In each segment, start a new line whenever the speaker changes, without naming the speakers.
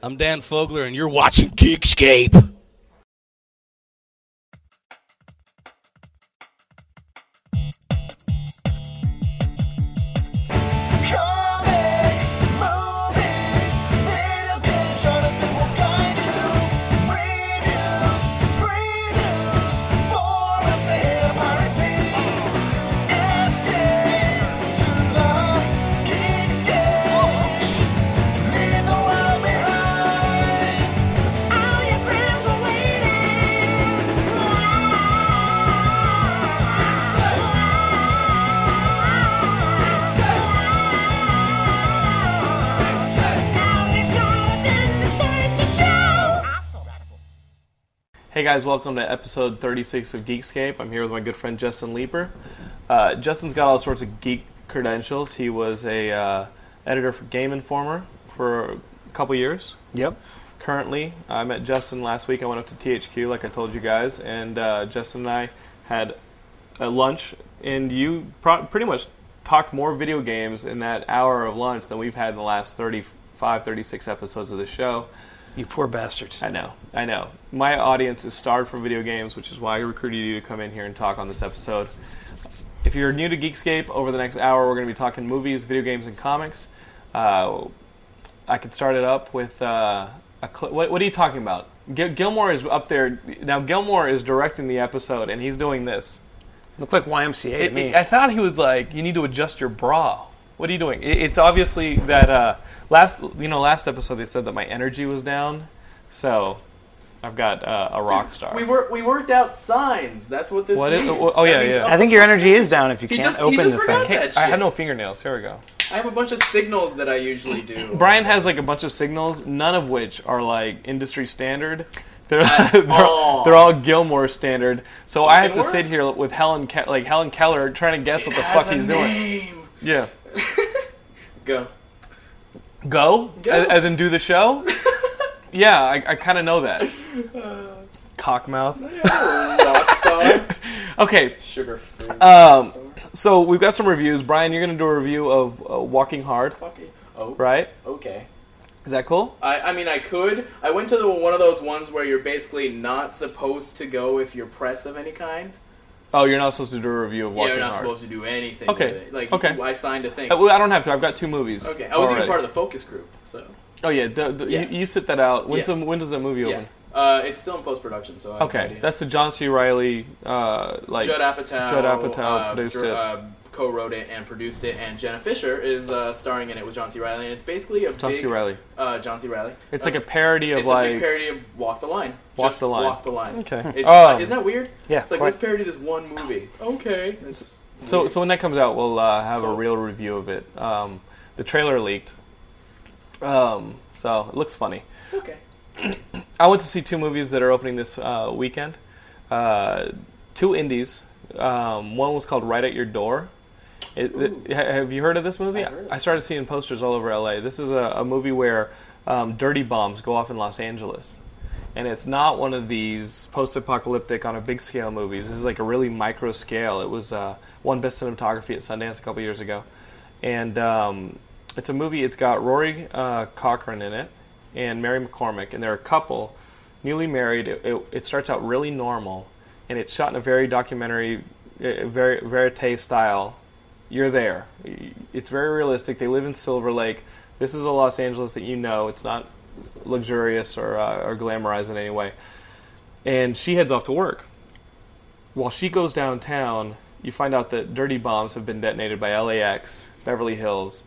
I'm Dan Fogler, and you're watching Geekscape.
Comics, movies, video games, trying to think what kind do. Reviews, previews, forums, they hit up our repeat. Escape to the Geekscape. Leave the world behind. All your friends are waiting.
Hey guys, welcome to episode 36 of Geekscape. I'm here with my good friend Justin Leeper. Uh, Justin's got all sorts of geek credentials. He was a uh, editor for Game Informer for a couple years.
Yep.
Currently, I met Justin last week. I went up to THQ, like I told you guys, and uh, Justin and I had a lunch, and you pro- pretty much talked more video games in that hour of lunch than we've had in the last 35, 36 episodes of the show.
You poor bastards.
I know, I know. My audience is starved for video games, which is why I recruited you to come in here and talk on this episode. If you're new to Geekscape, over the next hour we're going to be talking movies, video games, and comics. Uh, I could start it up with uh, a cl- what, what are you talking about? Gil- Gilmore is up there now. Gilmore is directing the episode, and he's doing this.
Look like YMCA to
It-
me.
it- I thought he was like, "You need to adjust your bra." What are you doing? It, it's obviously that uh, last you know last episode they said that my energy was down, so I've got uh, a rock star.
We wor- we worked out signs. That's what this
What is-
means.
oh, yeah,
That means-
yeah.
I think your energy is down if you
He
can't
just- he
open
just
the
forgot
thing.
that.
I
shit.
have no fingernails. Here we go.
I have a bunch of signals that I usually do.
Brian has like a bunch of signals, none of which are like industry standard. They're, they're,
all.
they're all Gilmore standard. So I have to
Gilmore?
sit here with Helen, Ke- like Helen Keller, trying to guess what the
Has
fuck
a
he's doing.
name.
Yeah.
Go.
Go?
Go.
As, as in do the show? yeah, I, I kind of know that.
Uh.
Cockmouth.
Rockstar.
Okay,
Sugar free.
um, so we've got some reviews. Brian, you're going to do a review of uh, Walking Hard,
Oh,
right?
okay.
Is that cool?
I, I mean, I could. I went to the, one of those ones where you're basically not supposed to go if you're press of any kind.
Oh, you're not supposed to do a review of
Yeah,
Walking
you're not
Hard.
supposed to do anything.
Okay.
With it. Like,
Okay.
I signed a thing.
Uh, well, I don't have to. I've got two movies.
okay. I was
already.
even part of the focus group, so.
Oh yeah, the, the,
Yeah.
You, you sit that out. When's
Yeah.
the, when does that movie
Yeah.
open?
Uh, it's still in post production, so. I have no
Okay,
idea.
that's the John C. Riley uh, like
Judd Apatow,
Judd Apatow
uh,
produced
dr-
it.
Uh, co-wrote it and produced it, and Jenna Fisher is uh, starring in it with John C. Riley, and it's basically a
John
big,
C. Riley.
Uh, John C. Riley.
It's
Uh,
like a parody of
it's
like
a big parody of Walk the Line.
Walk
Just
the Line.
Walk the Line.
Okay.
It's,
Um,
isn't that weird?
yeah,
It's like
quite.
let's parody this one movie. Okay. It's
so
weird.
so when that comes out, we'll uh, have a real review of it. Um, the trailer leaked, um, so it looks funny.
okay.
I went to see two movies that are opening this uh, weekend. Uh, two indies. Um, one was called Right at Your Door. It, it- ha- have you heard of this movie?
I've heard of
I started seeing posters all over LA. This is a, a movie where um, dirty bombs go off in Los Angeles. And it's not one of these post apocalyptic on a big scale movies. This is like a really micro scale. It was uh, one best cinematography at Sundance a couple years ago. And um, it's a movie, it's got Rory uh, Cochrane in it and Mary McCormick. And they're a couple, newly married. It, it, it starts out really normal. And it's shot in a very documentary, uh, very verite style you're there. It's very realistic. They live in Silver Lake. This is a Los Angeles that you know. It's not luxurious or, uh, or glamorized in any way. And she heads off to work. While she goes downtown, you find out that dirty bombs have been detonated by LAX, Beverly Hills,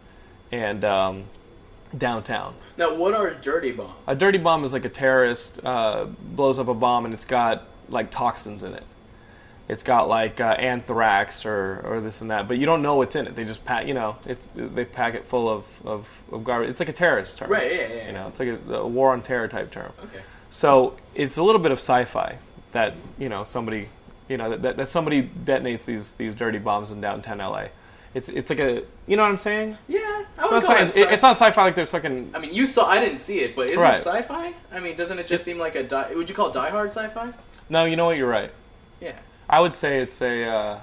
and um, downtown.
Now, what are dirty bombs?
A dirty bomb is like a terrorist uh, blows up a bomb and it's got like toxins in it. It's got like uh, anthrax or, or this and that, but you don't know what's in it. They just pack, you know, it's, they pack it full of, of, of garbage. It's like a terrorist term,
Right, yeah, yeah, yeah.
You know, it's like a, a war on terror type term.
Okay.
So it's a little bit of sci-fi that you know somebody you know that, that somebody detonates these these dirty bombs in downtown LA. It's it's like a you know what I'm saying?
Yeah. I
It's
would
not,
call it
sci-
sci-
it's not sci-fi like there's fucking
I mean, you saw. I didn't see it, but isn't
Right.
it sci-fi? I mean, doesn't it just seem like a? Die, would you call it Die Hard sci-fi?
no. You know what? You're right.
Yeah.
I would say it's a. Uh,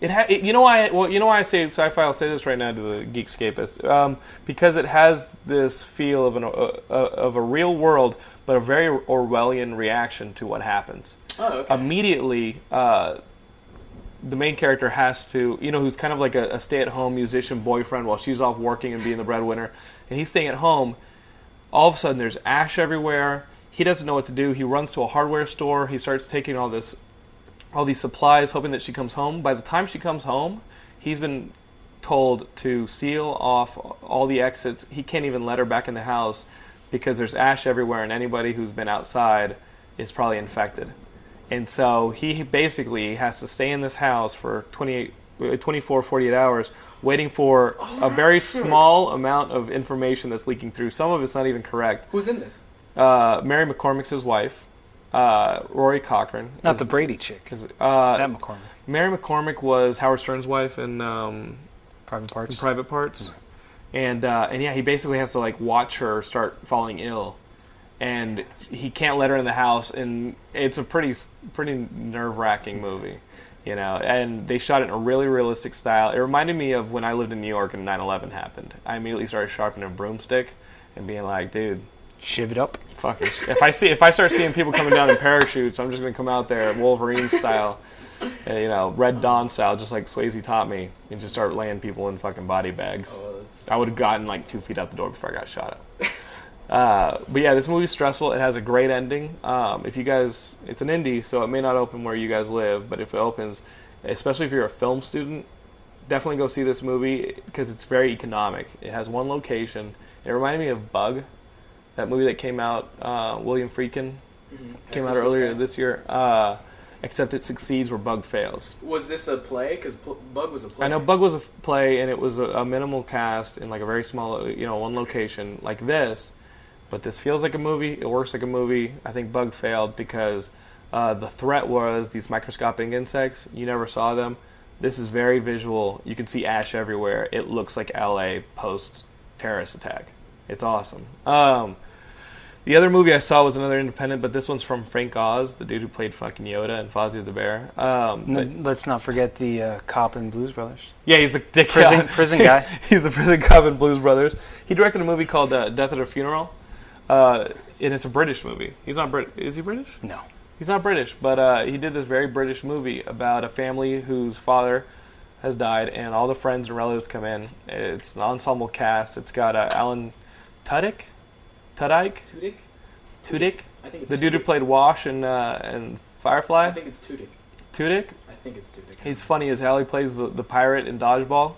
It, ha- it you know why well you know why I say sci-fi. I'll say this right now to the geekscapists um, because it has this feel of an uh, uh, of a real world, but a very Orwellian reaction to what happens.
Oh, okay.
Immediately, uh, the main character has to you know who's kind of like a, a stay-at-home musician boyfriend while she's off working and being the breadwinner, and he's staying at home all of a sudden there's ash everywhere he doesn't know what to do he runs to a hardware store he starts taking all this all these supplies hoping that she comes home by the time she comes home he's been told to seal off all the exits he can't even let her back in the house because there's ash everywhere and anybody who's been outside is probably infected and so he basically has to stay in this house for 28 uh, 24 48 hours waiting for a very small amount of information that's leaking through some of it's not even correct
Who's in this?
uh, Mary McCormick's his wife, uh, Rory Cochran.
Not the Brady chick.
Is- uh,
That McCormick.
Mary McCormick was Howard Stern's wife in, um,
Private
in
parts.
Private Parts, and uh, and yeah, he basically has to like watch her start falling ill, and he can't let her in the house, and it's a pretty s- pretty nerve wracking movie. You know, and they shot it in a really realistic style. It reminded me of when I lived in New York and 9/11 happened. I immediately started sharpening a broomstick and being like, "Dude,
Shiv it up.
Fuck it. If I see if I start seeing people coming down in parachutes, I'm just gonna come out there Wolverine style, uh, you know, Red Dawn style, just like Swayze taught me, and just start laying people in fucking body bags.
Oh, that's-
I would have gotten like two feet out the door before I got shot at. Uh, but yeah, this movie's stressful. It has a great ending. Um, if you guys, it's an indie, so it may not open where you guys live, but if it opens, especially if you're a film student, definitely go see this movie because it's very economic. It has one location. It reminded me of Bug, that movie that came out. Uh, William Friedkin came out
Exorcist
earlier
guy.
this year. Uh, except it succeeds where Bug fails.
Was this a play? Because Bug was a play.
I know Bug was a f- play, and it was a, a minimal cast in like a very small, you know, one location like this. But this feels like a movie. It works like a movie. I think Bug failed because uh, the threat was these microscopic insects. You never saw them. This is very visual. You can see ash everywhere. It looks like LA post terrorist attack. It's awesome. Um, the other movie I saw was another independent, but this one's from Frank Oz, the dude who played fucking Yoda and Fozzie the Bear. Um,
N-
but-
let's not forget the uh, cop in Blues Brothers.
yeah, he's the dick
Prison-
cop.
prison guy.
he's the prison cop in Blues Brothers. He directed a movie called uh, Death at a Funeral, uh, and it's a British movie. He's not Brit. Is he British?
No.
He's not British, but uh, he did this very British movie about a family whose father has died, and all the friends and relatives come in. It's an ensemble cast. It's got uh, Alan Tudyk, Tudyk,
Tudyk?
Tudyk,
I think it's
the dude who
Tudyk.
played Wash and uh, and
I
Firefly.
think it's Tudyk.
Tudyk.
I think it's Tudyk.
He's funny as hell. He plays the, the pirate in Dodgeball.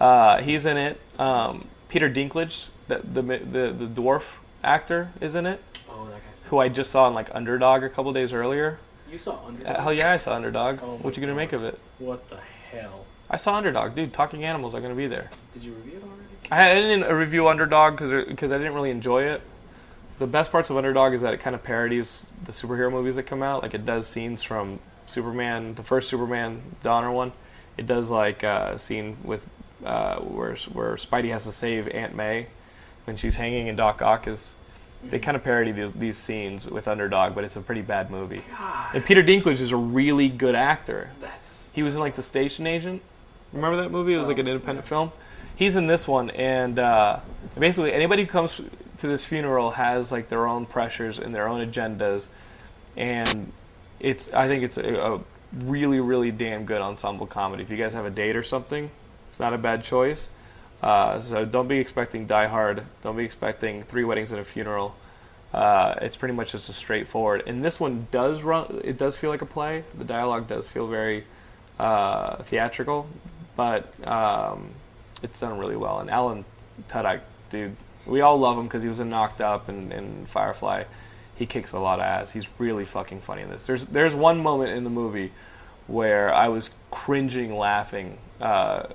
Uh, he's in it. Um, Peter Dinklage, the, the the the dwarf actor, is in it.
oh, that guy's.
Who I just saw in like Underdog a couple days earlier.
You saw Under.
Uh, hell yeah, I saw Underdog.
Oh my
what you gonna
God.
make of it?
What the hell?
I saw Underdog, dude. Talking animals are gonna be there.
Did you review it already?
I I didn't review Underdog because I didn't really enjoy it. The best parts of Underdog is that it kind of parodies the superhero movies that come out. Like it does scenes from Superman, the first Superman, the Donner one. It does like a scene with uh, where where Spidey has to save Aunt May when she's hanging and Doc Ock is. They kind of parody these, these scenes with Underdog, but it's a pretty bad movie. And Peter Dinklage is a really good actor.
That's.
He was in like the Station Agent. Remember that movie? It was like an independent film. He's in this one, and uh, basically anybody who comes to this funeral has like their own pressures and their own agendas, and it's I think it's a, a really really damn good ensemble comedy. If you guys have a date or something, it's not a bad choice. Uh, so don't be expecting Die Hard. Don't be expecting Three Weddings and a Funeral. Uh, it's pretty much just a straightforward. And this one does run. It does feel like a play. The dialogue does feel very uh, theatrical, but um, it's done really well. And Alan Tudyk, dude, we all love him because he was in Knocked Up and, and Firefly. He kicks a lot of ass. He's really fucking funny in this. There's there's one moment in the movie where I was cringing laughing. Uh,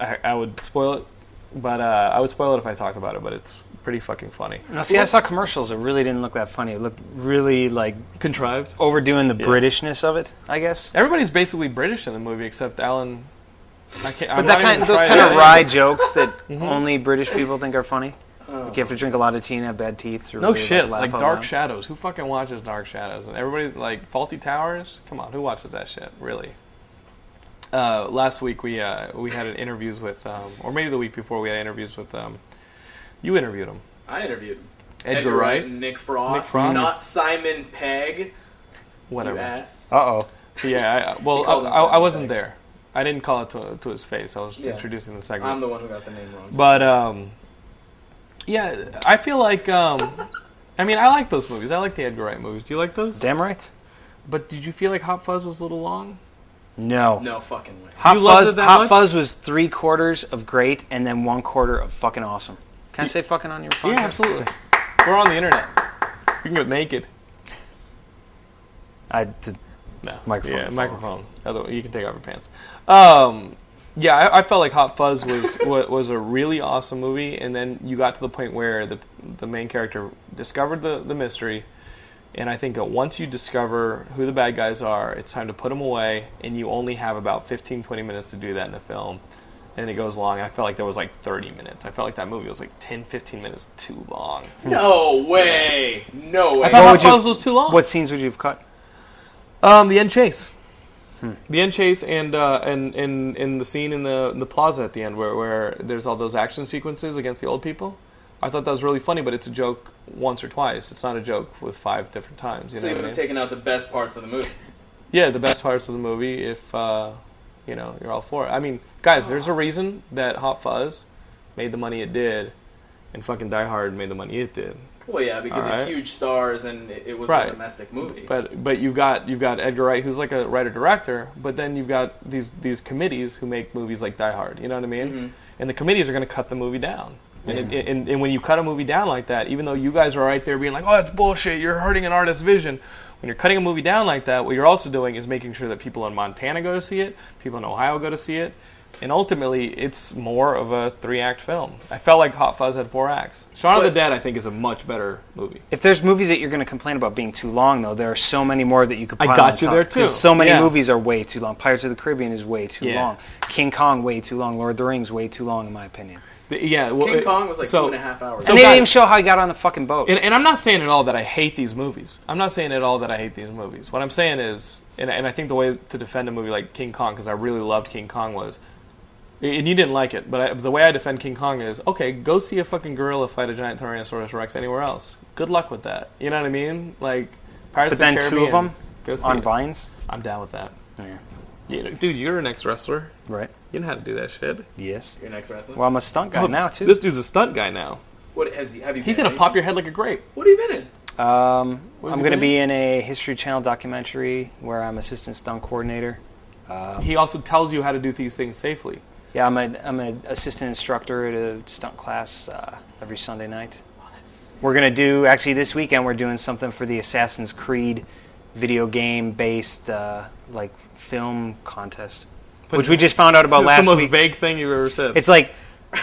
I, I would spoil it, but uh, I would spoil it if I talked about it. But it's pretty fucking funny.
Now, see, I saw commercials. It really didn't look that funny. It looked really like
Contrived.
overdoing the Britishness of it, I guess.
Everybody's basically British in the movie except Alan. I can't,
But that kind, those kind of wry jokes that only British people think are funny. Like you have to drink a lot of tea and have bad teeth. To
No
really,
shit,
laugh
like
out
Dark
loud.
Shadows. Who fucking watches Dark Shadows? And everybody like Faulty Towers. Come on, who watches that shit? Really? uh, last week we uh, we had interviews with, um, or maybe the week before we had interviews with. Um, you interviewed him,
I interviewed him.
Edgar, Wright,
and Nick Frost,
Nick Frost.
not Simon Pegg. You
whatever.
ass.
Uh oh.
Yeah, I, well,
He called
I,
him
I, I
Simon
wasn't
Pegg.
there. I didn't call it to, to his face. I was
Yeah.
introducing the segment.
I'm the one who got the name wrong.
But um, yeah, I feel like um, I mean I like those movies. I like the Edgar Wright movies. Do you like those?
Damn right.
But did you feel like Hot Fuzz was a little long?
No.
no fucking way.
Hot
You loved
Fuzz.
it that
Hot
much?
Fuzz was three quarters of great and then one quarter of fucking awesome. Can I say fucking on your podcast?
We're on the internet. You can get naked.
I did.
No
Microphone
Yeah,
fall
microphone. Otherwise, you can take off your pants. Um, yeah, I, I felt like Hot Fuzz was wa- was a really awesome movie, and then you got to the point where the the main character discovered the the mystery, and I think that once you discover who the bad guys are, it's time to put them away, and you only have about 15, 20 minutes to do that in a film. And it goes long. I felt like there was like 30 minutes. I felt like that movie was like 10, 15 minutes too long.
No way. No way.
Hmm. I thought
What
Hot
would you-
Fuzz was too long.
What scenes would you have cut?
Um, the end chase.
Hmm.
The end chase and uh, and and in the scene in the in the plaza at the end where where there's all those action sequences against the old people. I thought that was really funny, but it's a joke once or twice. It's not a joke with five different times. You
so
know
you
what
would
I
have
mean?
taken out the best parts of the movie.
yeah, the best parts of the movie, if uh, you know, you're all for it. I mean, guys, there's a reason that Hot Fuzz made the money it did, and fucking Die Hard made the money it did.
Well, yeah, because
Alright.
it's huge stars and it, it was
Right.
a domestic movie.
But but you've got you've got Edgar Wright, who's like a writer director, but then you've got these these committees who make movies like Die Hard. You know what I mean?
Mm-hmm.
And the committees are going to cut the movie down. And, it, and and when you cut a movie down like that, even though you guys are right there being like, "Oh, that's bullshit! You're hurting an artist's vision." When you're cutting a movie down like that, what you're also doing is making sure that people in Montana go to see it, people in Ohio go to see it, and ultimately, it's more of a three-act film. I felt like Hot Fuzz had four acts. Shaun of
But-
the Dead, I think, is a much better movie.
If there's movies that you're going to complain about being too long, though, there are so many more that you could.
I
Pile on
got you
top,
there, too.
'cause So many
Yeah.
movies are way too long. Pirates of the Caribbean is way too
Yeah.
long. King Kong way too long. Lord of the Rings way too long, in my opinion.
The- yeah, well,
King
it-
Kong was like
so-
two and a half hours.
so-
and they
guys-
didn't even show how he got on the fucking boat.
And, and I'm not saying at all that I hate these movies. I'm not saying at all that I hate these movies. What I'm saying is, and, and I think the way to defend a movie like King Kong, because I really loved King Kong, was, and you didn't like it, but I, the way I defend King Kong is, okay, go see a fucking gorilla fight a giant Tyrannosaurus Rex anywhere else. Good luck with that. You know what I mean? Like, Pirates
but then
of the
two of
Caribbean,
them
go see
on
it.
vines.
I'm down with that.
Yeah.
You know, dude, you're an ex-wrestler.
Right.
You know how to do that shit.
Yes.
Your next wrestling.
Well, I'm a stunt guy now too.
This dude's a stunt guy now.
what has he? Have you?
He's
been
gonna
in
pop
anything?
your head like a grape.
What have you been in?
Um,
What is
I'm
it
going to
gonna
be in a History Channel documentary where I'm assistant stunt coordinator.
He also tells you how to do these things safely.
Yeah, I'm a I'm an assistant instructor at a stunt class uh, every Sunday night. We're gonna do actually this weekend. We're doing something for the Assassin's Creed video game based uh, like film contest, which we just found out about
It's
last
the most
week.
vague thing you've ever said.
It's like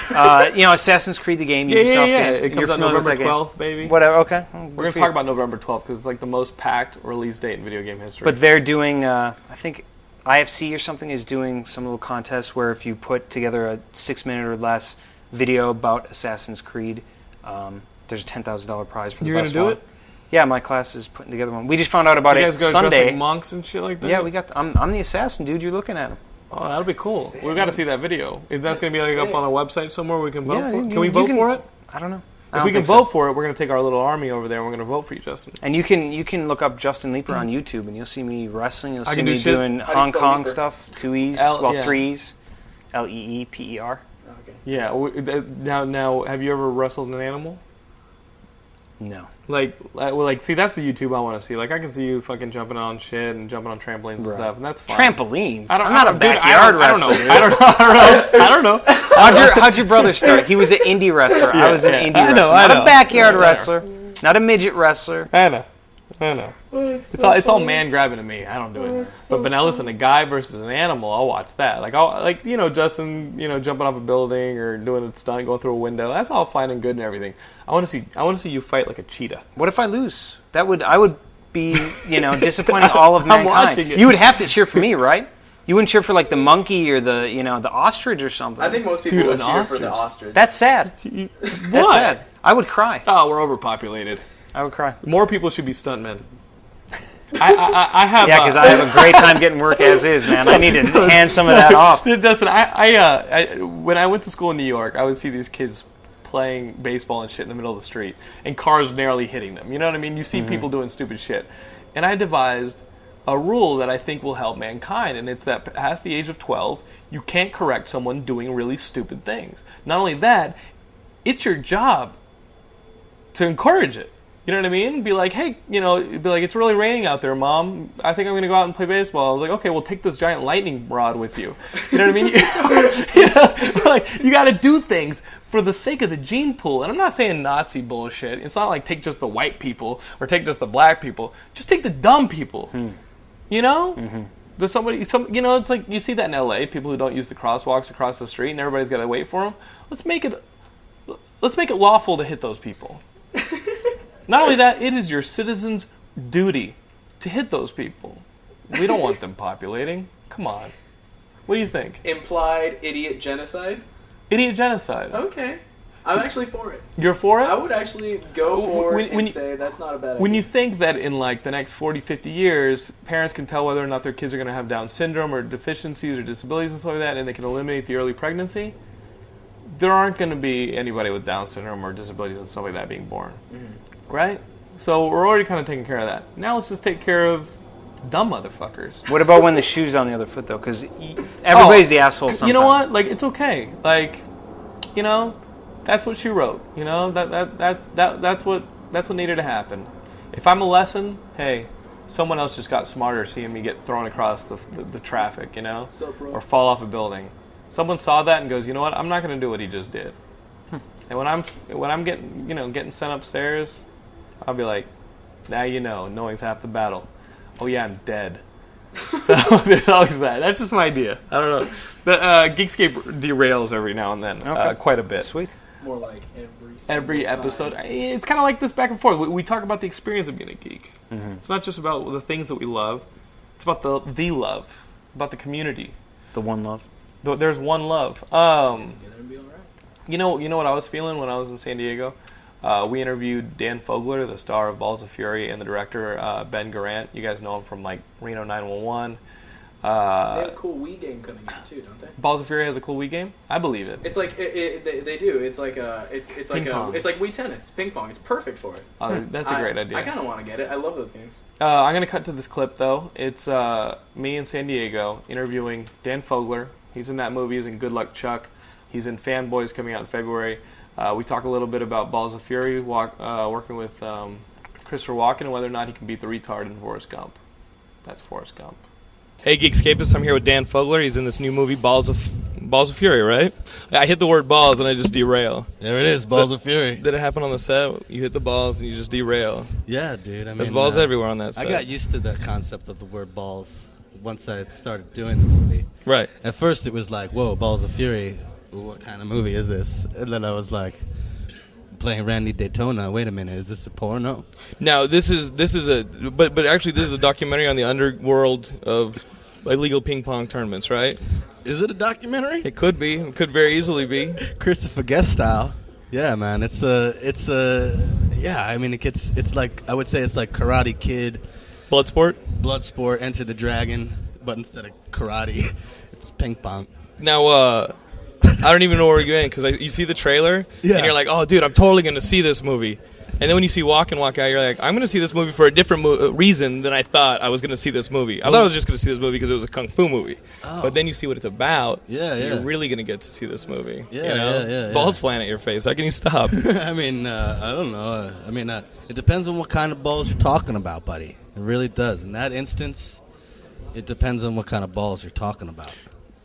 uh, you know Assassin's Creed the game.
yeah, yeah,
Ubisoft
yeah.
game.
It comes
You're
out
familiar with
November
that game?
twelfth, baby.
Whatever. Okay. Well, good
We're gonna
for
talk
you.
about November twelfth because it's like the most packed release date in video game history.
But they're doing, uh, I think IFC or something is doing some little contest where if you put together a six minute or less video about Assassin's Creed, um, there's a ten thousand dollar prize for the
You're gonna
best
do
one.
it?
Yeah, my class is putting together one. We just found out about
you
it
guys go dress
Sunday.
like monks and shit like that.
yeah, we got. The, I'm, I'm the assassin, dude. You're looking at him.
Oh, that'll be cool. We've got to see that video. If that's gonna be like up
sick.
on a website somewhere, we can vote.
Yeah,
for
you-
it. Can
you-
we
you
vote
can-
for it?
I don't know.
If
I don't
we can
think so.
vote for it, we're gonna take our little army over there and we're gonna vote for you, Justin.
and you can you can look up Justin Leeper on YouTube, and you'll see me wrestling. You'll
I
see
can do
me
shit.
doing
do you
Hong
spell
Kong
Leeper?
stuff, two e's,
L- E
well
yeah.
three e's, L E E P E R.
Okay.
Yeah. we- th- Now, now, have you ever wrestled an animal?
No.
Like, like- well, like, see, that's the YouTube I want to see. Like, I can see you fucking jumping on shit and jumping on trampolines and
Right.
stuff, and that's fine.
Trampolines.
I don't,
I'm not
I
a
don't- dude,
backyard
I don't,
wrestler.
I don't know. I don't know. I don't know. I don't know.
How'd your, how'd your brother start? He was an indie wrestler. I was an
yeah.
indie
I
wrestler.
know, I
not
know.
a backyard
Yeah.
wrestler. Not a midget wrestler.
I know. I know. It's all it's all man grabbing to me. I don't do it. But but now listen, a guy versus an animal, I'll watch that. Like I'll like you know Justin, you know jumping off a building or doing a stunt, going through a window. That's all fine and good and everything. I want to see I want to see you fight like a cheetah.
What if I lose? That would I would be you know disappointing all of mankind.
watching it.
You would have to cheer for me, right? You wouldn't cheer for like the monkey or the you know the ostrich or something.
I think most people
Dude,
would
an
cheer for the ostrich.
that's sad. That's
What?
sad. I would cry.
Oh, we're Ah, overpopulated.
I would cry.
More people should be stuntmen. I, I, I have.
Yeah, because
uh,
I have a great time getting work as is, man. I need to hand some of that off.
Dustin, I, I, uh, I, when I went to school in New York, I would see these kids playing baseball and shit in the middle of the street, and cars narrowly hitting them. You know what I mean? You see people doing stupid shit, and I devised a rule that I think will help mankind, and it's that past the age of twelve, you can't correct someone doing really stupid things. Not only that, it's your job to encourage it. You know what I mean? Be like, hey, you know, be like, it's really raining out there, mom. I think I'm gonna go out and play baseball. I was like, okay, well, take this giant lightning rod with you. You know what I mean? you know, like, you got to do things for the sake of the gene pool. And I'm not saying Nazi bullshit. It's not like take just the white people or take just the black people. Just take the dumb people. You know? There's somebody, some, you know, it's like you see that in LA, people who don't use the crosswalks across the street, and everybody's got to wait for them. Let's make it, let's make it lawful to hit those people. Not only that, it is your citizens' duty to hit those people. We don't want them populating. Come on. What do you think?
Implied idiot genocide.
Idiot genocide.
Okay, I'm actually for it.
You're for it?
I would actually go for
When-
it
when
and
you-
say that's not a bad idea.
when you think that in like the next 40 50 years parents can tell whether or not their kids are going to have down syndrome or deficiencies or disabilities and stuff like that and they can eliminate the early pregnancy there aren't going to be anybody with down syndrome or disabilities and stuff like that being born right so we're already kind of taking care of that now let's just take care of dumb motherfuckers
What about when the shoe's on the other foot, though? Because everybody's the asshole sometimes.
Oh, you know what? Like it's okay. Like you know, that's what she wrote. You know that that that's that that's what that's what needed to happen. If I'm a lesson, hey, someone else just got smarter seeing me get thrown across the the, the traffic. You know,
Sup, bro?
or fall off a building. Someone saw that and goes, you know what? I'm not going to do what he just did. And when I'm when I'm getting you know getting sent upstairs, I'll be like, now you know, knowing's half the battle. Oh yeah, I'm dead. So there's always that. That's just my idea. I don't know. The uh, Geekscape derails every now and then, uh,
Okay.
quite a bit.
Sweet.
More like every
Every
single
episode,
time.
I- it's kind of like this back and forth. We, we talk about the experience of being a geek.
Mm-hmm.
It's not just about the things that we love. It's about the the love, about the community.
The one love.
Th- There's one love. Um,
Yeah, that'd be all right.
you know, you know what I was feeling when I was in San Diego. Uh, we interviewed Dan Fogler, the star of Balls of Fury, and the director uh, Ben Garant. You guys know him from like Reno 911.
They
Uh,
have a cool Wii game coming out too, don't they?
Balls of Fury has a cool Wii game. I believe it.
It's like it, it, they, they do. It's like a it's it's like
Ping
a
pong.
it's like Wii tennis, ping pong. It's perfect for it.
Uh, that's a
I-
great idea.
I kind of want to get it. I love those games.
Uh, I'm going to cut to this clip, though. It's uh, me in San Diego interviewing Dan Fogler. He's in that movie. He's in Good Luck Chuck. He's in Fanboys coming out in February. Uh, we talk a little bit about Balls of Fury, walk, uh, working with um, Christopher Walken, and whether or not he can beat the retard in Forrest Gump. That's Forrest Gump. Hey, Geekscapists. I'm here with Dan Fogler. He's in this new movie, Balls of Balls of Fury, right? I hit the word balls and I just derail.
There it is, balls of fury.
Did it happen on the set? You hit the balls and you just derail.
Yeah, dude. I mean,
There's balls
uh,
everywhere on that
I
set.
got used to the concept of the word balls once I had started doing the movie.
Right.
At first, it was like, "Whoa, balls of fury! What kind of movie is this?" And then I was like, "Playing Randy Daytona. Wait a minute, is this a porno?"
Now this is this is a but but actually this is a documentary on the underworld of illegal ping pong tournaments, right?
Is it a documentary?
It could be. It could very easily be.
Christopher Guest style. Yeah, man. It's a. It's a. Yeah, I mean, it gets. It's like I would say it's like Karate Kid,
Bloodsport.
Bloodsport, Enter the Dragon, but instead of karate, it's ping pong.
Now uh I don't even know where we're going because you see the trailer
Yeah.
and you're like, oh dude, I'm totally going to see this movie. And then when you see Walk and Walk Out, you're like, I'm going to see this movie for a different mo- uh, reason than I thought I was going to see this movie. I thought I was just going to see this movie because it was a kung fu movie. But then you see what it's about.
Oh. Yeah,
and You're
yeah.
really going to get to see this movie.
Yeah,
you know?
yeah, yeah, yeah.
Balls flying at your face. How can you stop?
I mean, uh, I don't know. Uh, I mean, uh, it depends on what kind of balls you're talking about, buddy. It really does. In that instance, it depends on what kind of balls you're talking about.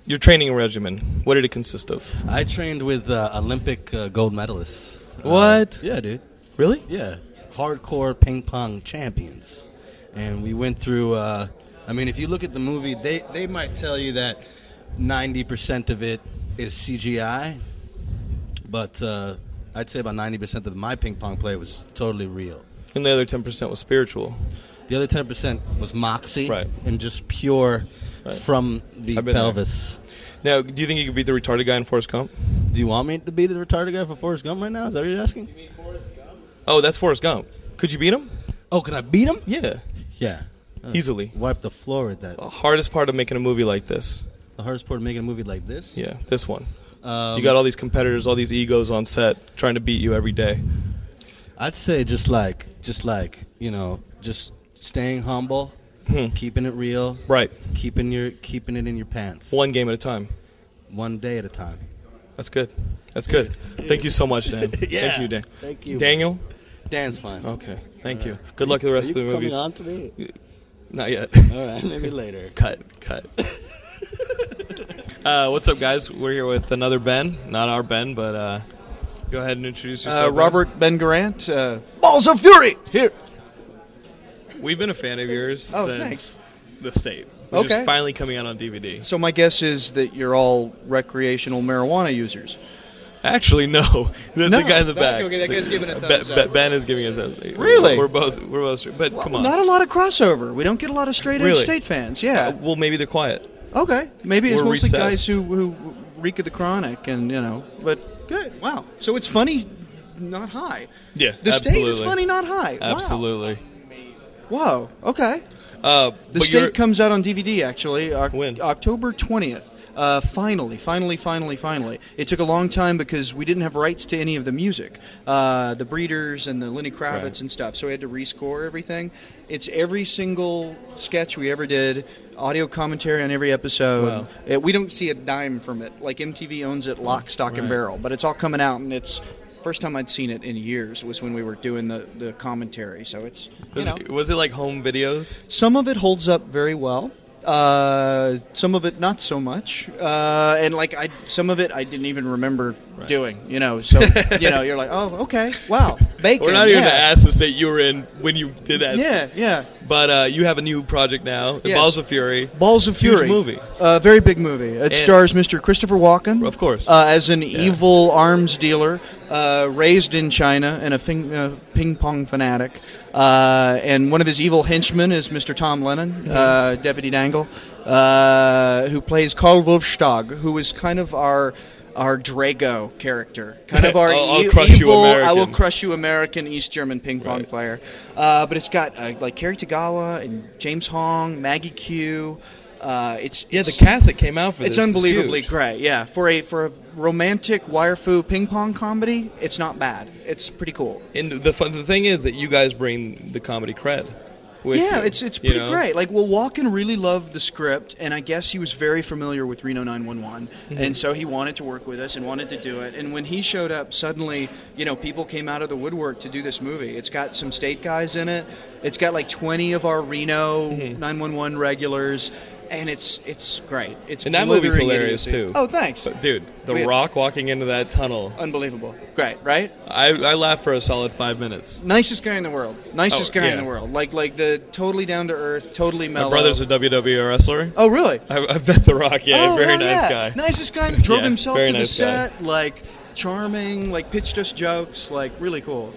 Your training regimen. What did it consist of?
I trained with uh, Olympic uh, gold medalists. Uh,
What?
yeah, dude.
Really?
Yeah, hardcore ping pong champions, and we went through. Uh, I mean, if you look at the movie, they they might tell you that ninety percent of it is CGI, but uh, I'd say about ninety percent of my ping pong play was totally real.
And the other ten percent was spiritual.
The other ten percent was moxie,
Right.
and just pure from the
I've been there.
pelvis.
Now, do you think you could beat the retarded guy in Forrest Gump?
Do you want me to be the retarded guy for Forrest Gump right now? Is that what you're asking?
Oh, that's Forrest Gump. Could you beat him?
Oh, can I beat him?
Yeah.
Yeah,
Easily.
Wipe the floor with that.
The hardest part of making a movie like this.
The hardest part of making a movie like this.
Yeah, this one.
Um,
you got all these competitors, all these egos on set trying to beat you every day.
I'd say just like, just like you know, just staying humble, keeping it real,
Hmm. Right.
keeping your keeping it in your pants,
One game at a time.
one day at a time.
That's good. That's good. Thank you so much, Dan.
Yeah.
Thank you, Dan.
Thank you.
Daniel?
Dan's fine.
Okay. Thank you. Good luck with Oh, the rest
Are
of the
you coming
movies.
on to me?
Not yet.
All right, maybe later.
cut, cut. uh, what's up, guys? We're here with another Ben. Not our Ben, but uh, go ahead and introduce yourself.
Uh,
Ben.
Robert Ben Garant, uh, Balls of Fury. Here,
We've been a fan of yours
Oh,
since
thanks.
the state. We're just
Okay.
finally coming out on DVD.
So my guess is that you're all recreational marijuana users.
Actually, no. The,
No,
the guy in the
that-
back.
okay, that guy's giving a
Be-
thumbs
Be-
up.
ben is giving a thumbs up.
Really?
We're both. We're both. straight- But come on.
Not a lot of crossover. We don't get a lot of straight edge
Really?
state fans.
Uh,
Yeah.
well, maybe they're quiet.
Okay. Maybe it's
We're
mostly guys
recessed.
who who reek of the chronic and you know. But good. Wow. So it's funny, not high.
Yeah,
The state is
absolutely.
funny, not high. Wow.
Absolutely.
Whoa. Okay.
Uh,
The
but you're-
state comes out on DVD actually. Oc-
When?
October 20th. Uh, finally, finally, finally, finally. It took a long time because we didn't have rights to any of the music, uh, the Breeders and the Lenny Kravitz
Right.
and stuff. So we had to rescore everything. It's every single sketch we ever did, audio commentary on every episode.
Wow.
Uh, we don't see a dime from it. Like MTV owns it lock, stock, and
Right.
barrel, but it's all coming out and it's. First time I'd seen it in years was when we were doing the, the commentary. So it's you
was,
know.
was it like home videos?
Some of it holds up very well. Uh, some of it not so much. Uh, and like I, some of it I didn't even remember doing. You know, so you know, you're like, oh, okay, wow, bacon.
We're not even
yeah.
to ask the state you were in when you did that.
Yeah, yeah.
But uh, you have a new project now, The
Yes.
Balls of Fury.
Balls of
Huge
Fury
movie.
uh, very big movie. It
And-
stars Mr. Christopher Walken,
Of course.
uh, as an evil arms dealer uh, raised in China and a fing- uh, ping pong fanatic. Uh, and one of his evil henchmen is Mr. Tom Lennon,
Mm-hmm.
uh, Deputy Dangle, uh, who plays Karl Wolf Stag, who is kind of our our Drago character, kind of our
I'll- I'll
e-
crush you,
evil, I will
American.
crush you, American East German ping pong
Right.
player. Uh, but it's got uh, like Kerry Tagawa and James Hong, Maggie Q. Uh, it's
Yeah, the
it's-
cast that came out for
it's
this. is
unbelievably
huge.
great. Yeah, for a for a romantic wire foo ping pong comedy, it's not bad. It's pretty cool.
And the fun, the thing is that you guys bring the comedy cred. with
yeah,
you,
it's it's
you
pretty
know?
great. Like, well, Walken really loved the script, and I guess he was very familiar with oh Reno 911,
Mm-hmm.
and so he wanted to work with us and wanted to do it. And when he showed up, suddenly, you know, people came out of the woodwork to do this movie. It's got some state guys in it. It's got like 20 of our Reno
Mm-hmm.
911 regulars, and it's it's great. It's
And that movie's
blithering
hilarious, too.
idiocy. Oh, thanks.
But dude, The
We-
Rock walking into that tunnel,
Unbelievable. Great, right?
I, I laughed for a solid five minutes.
Nicest guy in the world. Nicest
Oh,
guy
yeah.
in the world. Like like the totally down to earth, totally mellow.
My brother's a WWE wrestler.
oh really?
I, I bet The Rock, yeah,
oh,
very
hell
nice
yeah.
guy.
Nicest guy. Drove
Yeah,
himself
very
to
nice
the
guy.
set. Like charming. Like pitched us jokes. Like really cool.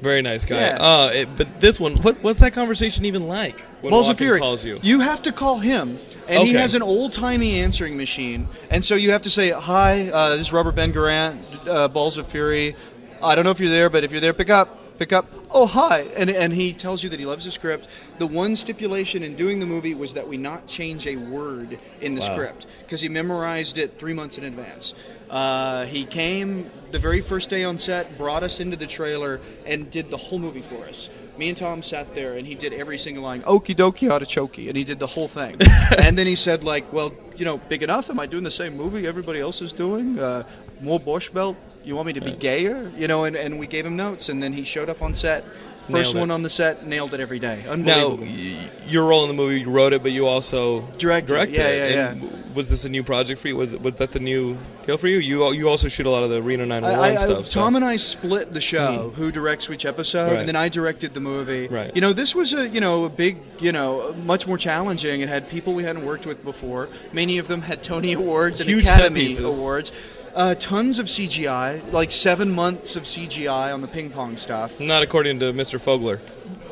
Very nice guy.
Yeah.
Uh, it, but this one, what, what's that conversation even like when
Balls
Walken
of Fury
calls you?
have to call him, and he
Okay.
has an old timey answering machine, and so you have to say, "Hi, uh, this is Robert Ben Garant, uh, Balls of Fury. I don't know if you're there, but if you're there, pick up, pick up. Oh, hi!" And and he tells you that he loves the script. The one stipulation in doing the movie was that we not change a word in the script because he memorized it three months in advance. Uh, he came the very first day on set, brought us into the trailer, and did the whole movie for us. Me and Tom sat there, and he did every single line. Okie dokie, artichoke, and he did the whole thing. and then he said, like, well, you know, big enough. Am I doing the same movie everybody else is doing? Uh, more Bosch belt. You want me to be gayer? You know, and, and we gave him notes, and then he showed up on set. First
Nailed it.
one on the set, nailed it every day.
Now,
Unbelievable.
y- your role in the movie, you wrote it, but you also
Directed it. Yeah,
it.
yeah,
And w- Was this a new project for you? Was, was that the new deal for you? You al- you also shoot a lot of the Reno 911 stuff. so- Mm-hmm.
Tom and I split the show. Who directs which episode?
Right.
And then I directed the movie.
Right.
You know, this was a you know a big you know much more challenging. It had people we hadn't worked with before. Many of them had Tony awards and
Huge set
Academy
pieces.
awards. Uh, tons of CGI, like seven months of CGI on the ping pong stuff.
Not according to Mr. Fogler.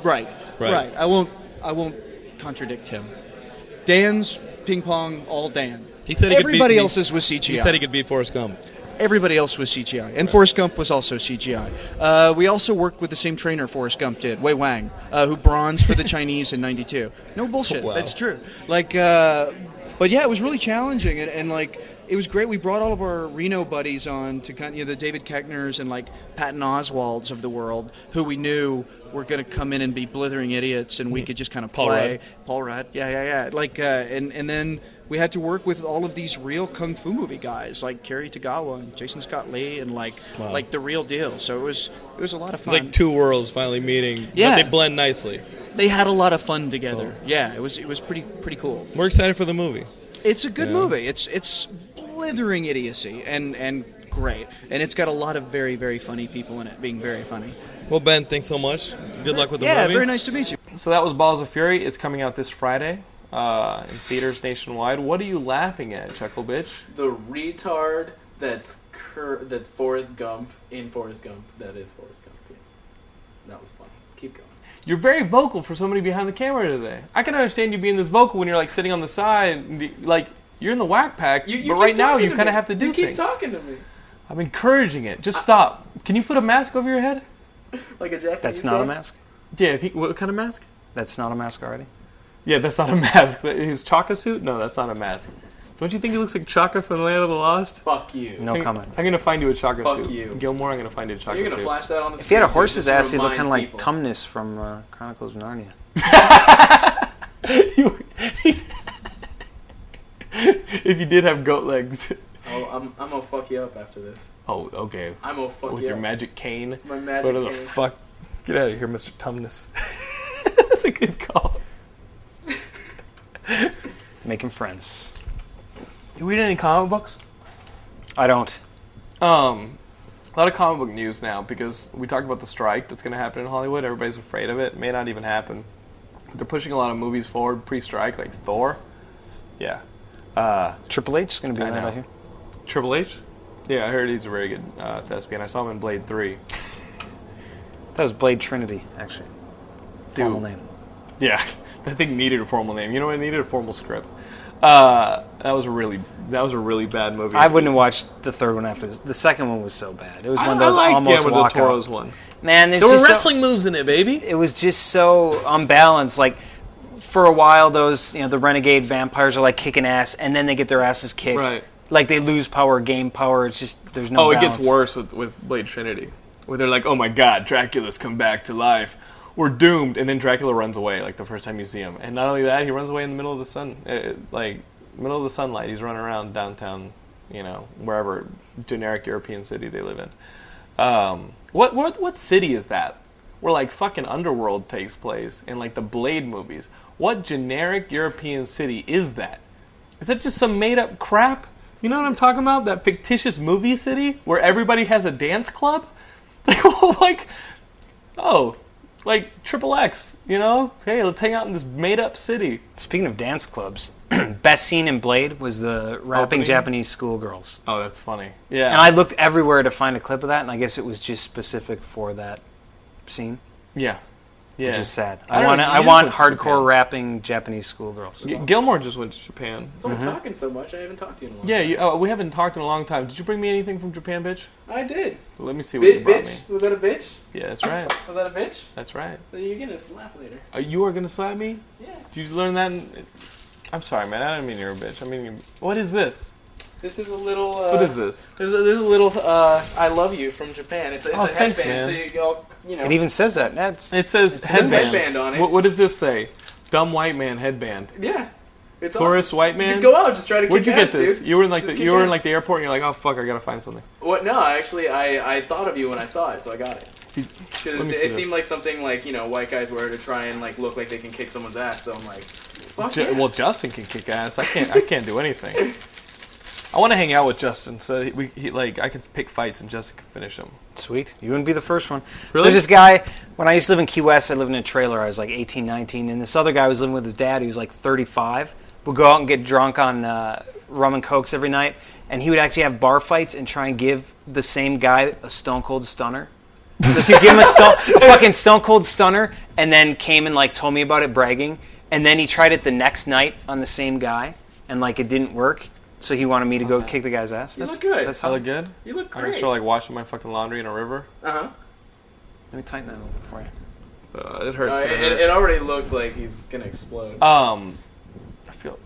Right.
Mm-hmm. Right.
Right. I won't. I won't contradict him. Dan's ping pong all Dan.
He said he could beat
everybody
me.
else's was CGI.
He said he could beat Forrest Gump.
Everybody else was CGI, and Forrest Gump was also CGI. Uh, we also worked with the same trainer Forrest Gump did, Wei Wang, uh, who bronzed for the Chinese in '92. No bullshit, that's true. Like, uh, but yeah, it was really challenging, and, and like it was great. We brought all of our Reno buddies on to kind of you know, the David Keckners and like Patton Oswalds of the world, who we knew were going to come in and be blithering idiots, and we could just kind of play.
Mm. Paul Rudd.
Paul Rudd. Yeah, yeah, yeah. Like, uh, and and then we had to work with all of these real kung fu movie guys, like Kerry Tagawa and Jason Scott Lee, and like like the real deal. So it was it was a lot of
It's
fun.
like two worlds finally meeting.
Yeah.
But they blend nicely.
they had a lot of fun together.
Oh.
Yeah, it was it was pretty pretty cool.
We're excited for the movie.
It's a good movie. It's it's blithering idiocy and and great, and it's got a lot of very very funny people in it, being very funny.
Well, Ben, thanks so much. Good luck with the
yeah,
movie.
very nice to meet you.
So that was Balls of Fury. It's coming out this Friday uh, in theaters nationwide. What are you laughing at, Chuckle Bitch?
The retard that's cur- that's Forrest Gump in Forrest Gump. That is Forrest Gump. Yeah. That was funny. Keep going.
You're very vocal for somebody behind the camera today. I can understand you being this vocal when you're like sitting on the side, and be- like you're in the whack pack.
You, you
but
keep
right now,
talking
you
to
kind of
me.
have to do
You keep
things.
talking to me
I'm encouraging it. Just stop. Can you put a mask over your head?
like a Japanese.
That's not a
guy.
mask.
Yeah. If he, what kind of mask?
That's not a mask already.
Yeah, that's not a mask. That- His Chaka suit? No, that's not a mask. Don't you think he looks like Chaka from Land of the Lost?
Fuck you.
No comment.
I'm gonna find you a Chaka
Fuck
suit,
you.
Gilmore. I'm gonna find you a Chaka
You're gonna
suit.
flash that on the.
If he had a horse's ass, he'd look kind of like Tumnus from uh, Chronicles of Narnia.
You- if you did have goat legs.
Oh, I'm, I'm gonna fuck you up after this.
Oh, okay.
I'm gonna fuck
With
you
your
up.
magic cane.
My magic
What the
cane.
fuck? Get out of here, Mr. Tumnus. That's a good call.
Making friends.
You read any comic books?
I don't.
Um, a lot of comic book news now because we talked about the strike that's going to happen in Hollywood. Everybody's afraid of it. It may not even happen. They're pushing a lot of movies forward pre-strike, like Thor. Yeah.
Triple H is going to be
I
in that,
know.
I hear.
Triple H. Yeah, I heard he's a very good uh, thespian. I saw him in Blade Three.
That was Blade Trinity, actually. Formal name.
Yeah, that thing needed a formal name. You know what? It needed a formal script. Uh, that was a really that was a really bad movie.
I wouldn't have watched the third one after this. The second one was so bad. It was
I,
one of
I
those
liked
almost
Guillermo del
walk out.
Toro's one.
Man, there's
There were
just so-
wrestling moves in it, baby.
it was just so unbalanced. Like for a while, those you know the renegade vampires are like kicking ass, and then they get their asses kicked.
Right.
Like they lose power, game power. It's just there's no.
Oh, it
balance.
gets worse with, with Blade Trinity, where they're like, "Oh my God, Dracula's come back to life. We're doomed." And then Dracula runs away, like the first time you see him. And not only that, he runs away in the middle of the sun, uh, uh, like middle of the sunlight. He's running around downtown, you know, wherever generic European city they live in. Um, what what what city is that? Where like fucking underworld takes place and like the Blade movies. What generic European city is that? Is that just some made up crap? You know what I'm talking about? That fictitious movie city where everybody has a dance club? Like, well, like oh, like Triple X, you know? Hey, let's hang out in this made up city.
Speaking of dance clubs, best scene in Blade was the rapping
Opening?
Japanese schoolgirls,
Oh, that's funny. Yeah.
and I looked everywhere to find a clip of that, and I guess it was just specific for that scene,
yeah. Yeah.
which is sad.
I
I,
don't
want
know,
I
you
want
just went to Japan.
hardcore rapping Japanese schoolgirls.
G- Gilmore just went to Japan.
That's why I'm talking so much. I haven't talked to you in a while.
Yeah, you, oh, we haven't talked in a long time. Did you bring me anything from Japan, bitch?
I did.
Let me see what you
Bi-
brought
bitch.
me.
Was that a bitch?
Yeah, that's right.
Was that a bitch?
That's right.
Then You're getting a slap later.
Uh, you are gonna slap me?
Yeah.
Did you learn that? In, I'm sorry, man. I didn't mean you're a bitch. I mean, you- what is this?
This is a little. Uh,
What is this?
There's a, there's a little uh, "I love you" from Japan. It's a, it's
Oh,
a headband,
thanks, man.
so you go, you know.
It even says that. That's
It says
says
headband.
headband on it.
What, what does this say? Dumb white man headband.
yeah, it's
Tourist
awesome.
white
You
man.
can go out and just try to.
Where'd you
kick
get
ass,
this?
dude.
You were in like
Just
the
kick
you were in
ass.
like the airport. and You're like, oh fuck, I gotta find something.
What? No, actually, I, I thought of you when I saw it, so I got it. Because
Let
it
me see
seemed
this.
like something like you know white guys wear to try and like look like they can kick someone's ass. So I'm like, fuck
Ju-
Oh, yeah.
Well, Justin can kick ass. I can't. I can't do anything. I want to hang out with Justin, so he, we, he like I can pick fights and Justin can finish them.
Sweet. You wouldn't be the first one.
Really?
There's this guy, when I used to live in Key West, I lived in a trailer. I was like 18, 19. And this other guy was living with his dad, who was like 35. Would go out and get drunk on uh, rum and cokes every night. And he would actually have bar fights and try and give the same guy a stone cold stunner. So if you give him a, stone, a fucking stone cold stunner and then came and like told me about it bragging. And then he tried it the next night on the same guy and like it didn't work. So he wanted me to go kick the guy's ass.
You
That's
look good.
That's
I
how.
look good.
You look
I'm
great.
sure like washing my fucking laundry in a river.
Uh-huh.
Let me tighten that a little bit for you.
Uh, it
No,
hurts.
it,
but it
it,
hurts.
it already looks like he's gonna explode.
Um, I feel.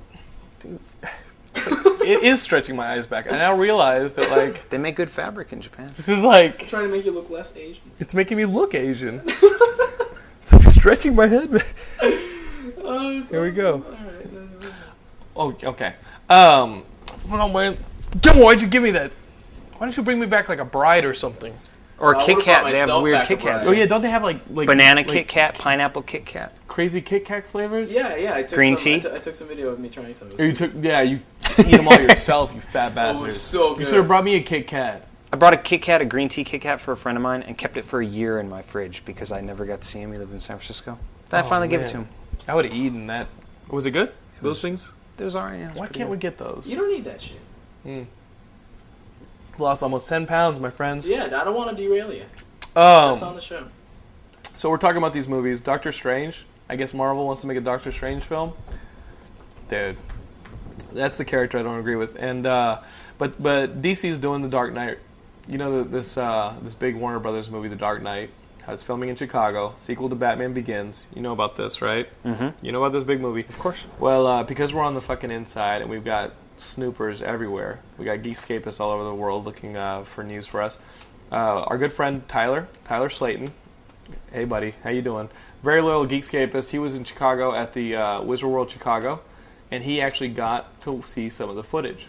Dude, it's like- it is stretching my eyes back. I now realize that like
They make good fabric in Japan.
this is like
trying to make you look less Asian.
it's making me look Asian. it's like stretching my head. back.
Oh,
Here we go.
all right. No, no.
Oh, okay. Um, what I'm wearing. Come on, why'd you give me that? Why don't you bring me back like a bride or something?
Or
I
Kit
would've brought
Kat. They have
myself
weird
back
Kit
a bride.
Kats.
Oh yeah, don't they have like like
Banana
like
Kit Kat, pineapple Kit Kat.
crazy Kit Kat flavors?
Yeah, yeah. I took
Green
some,
tea?
I took- I took some video of me trying some. It was
Or you took yeah you eat them all yourself, you fat
Oh, it
bastard.
was so
You
good.
should have brought me a Kit Kat.
I brought a Kit Kat, a green tea Kit Kat for a friend of mine, and kept it for a year in my fridge because I never got to see him. He lived in San Francisco. Then I
Oh,
finally gave it
man.
to him.
I would have eaten that. Was it good? Those things?
It was alright. Yeah, it was
Why
pretty
can't we
good.
get those?
you don't need that shit.
Lost almost ten pounds, my friends.
Yeah, I don't want to derail you. That's not
Um,
the show.
so we're talking about these movies. Doctor Strange. I guess Marvel wants to make a Doctor Strange film. Dude, that's the character I don't agree with. And uh, but but DC's doing the Dark Knight. You know the, this uh, this big Warner Brothers movie, The Dark Knight. How it's filming in Chicago. Sequel to Batman Begins. You know about this, right? Mm-hmm. You know about this big movie.
Of course.
Well, uh, because we're on the fucking inside and we've got snoopers everywhere, we got geekscapists all over the world looking uh, for news for us. Uh, our good friend Tyler, Tyler Slayton. Hey, buddy, how you doing? Very loyal geekscapist. He was in Chicago at the uh, Wizard World Chicago, and he actually got to see some of the footage.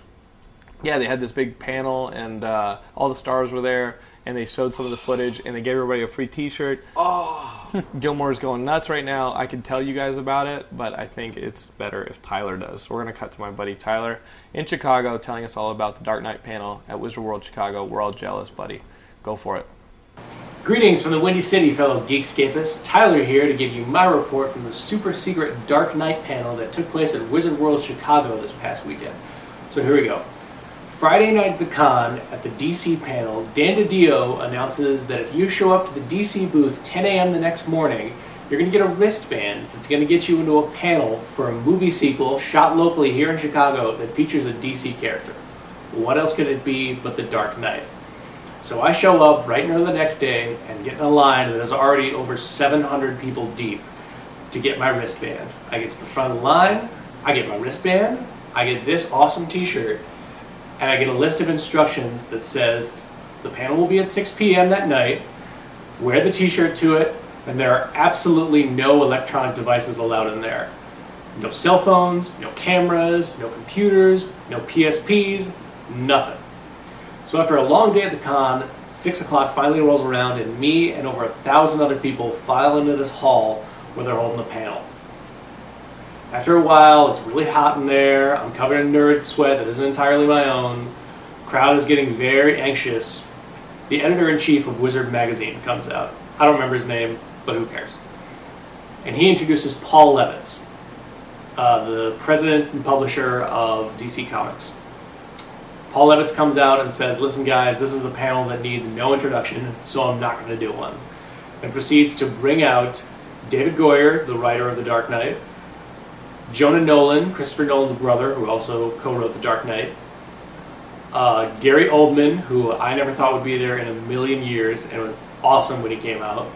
Yeah, they had this big panel, and uh, all the stars were there, and they showed some of the footage, and they gave everybody a free T-shirt. Gilmore's going nuts right now. I could tell you guys about it, but I think it's better if Tyler does. So we're going to cut to my buddy Tyler in Chicago telling us all about the Dark Knight panel at Wizard World Chicago. We're all jealous, buddy. Go for it.
Greetings from the Windy City, fellow Geekscapists. Tyler here to give you my report from the super secret Dark Knight panel that took place at Wizard World Chicago this past weekend. So here we go. Friday night at the con at the DC panel, Dan DiDio announces that if you show up to the DC booth 10 a.m. the next morning, you're going to get a wristband that's going to get you into a panel for a movie sequel shot locally here in Chicago that features a DC character. What else could it be but the Dark Knight? So I show up right near the next day and get in a line that is already over 700 people deep to get my wristband. I get to the front of the line, I get my wristband, I get this awesome T-shirt, and I get a list of instructions that says the panel will be at 6 p.m. that night. Wear the T-shirt to it, and there are absolutely no electronic devices allowed in there. No cell phones, no cameras, no computers, no PSPs, nothing. So after a long day at the con, six o'clock finally rolls around, and me and over a thousand other people file into this hall where they're holding the panel. After a while, it's really hot in there. I'm covered in nerd sweat that isn't entirely my own. Crowd is getting very anxious. The editor in chief of Wizard magazine comes out. I don't remember his name, but who cares? And he introduces Paul Levitz, uh, the president and publisher of DC Comics. Paul Levitz comes out and says, Listen, guys, this is the panel that needs no introduction, so I'm not going to do one. And proceeds to bring out David Goyer, the writer of The Dark Knight, Jonah Nolan, Christopher Nolan's brother, who also co wrote The Dark Knight, uh, Gary Oldman, who I never thought would be there in a million years, and it was awesome when he came out,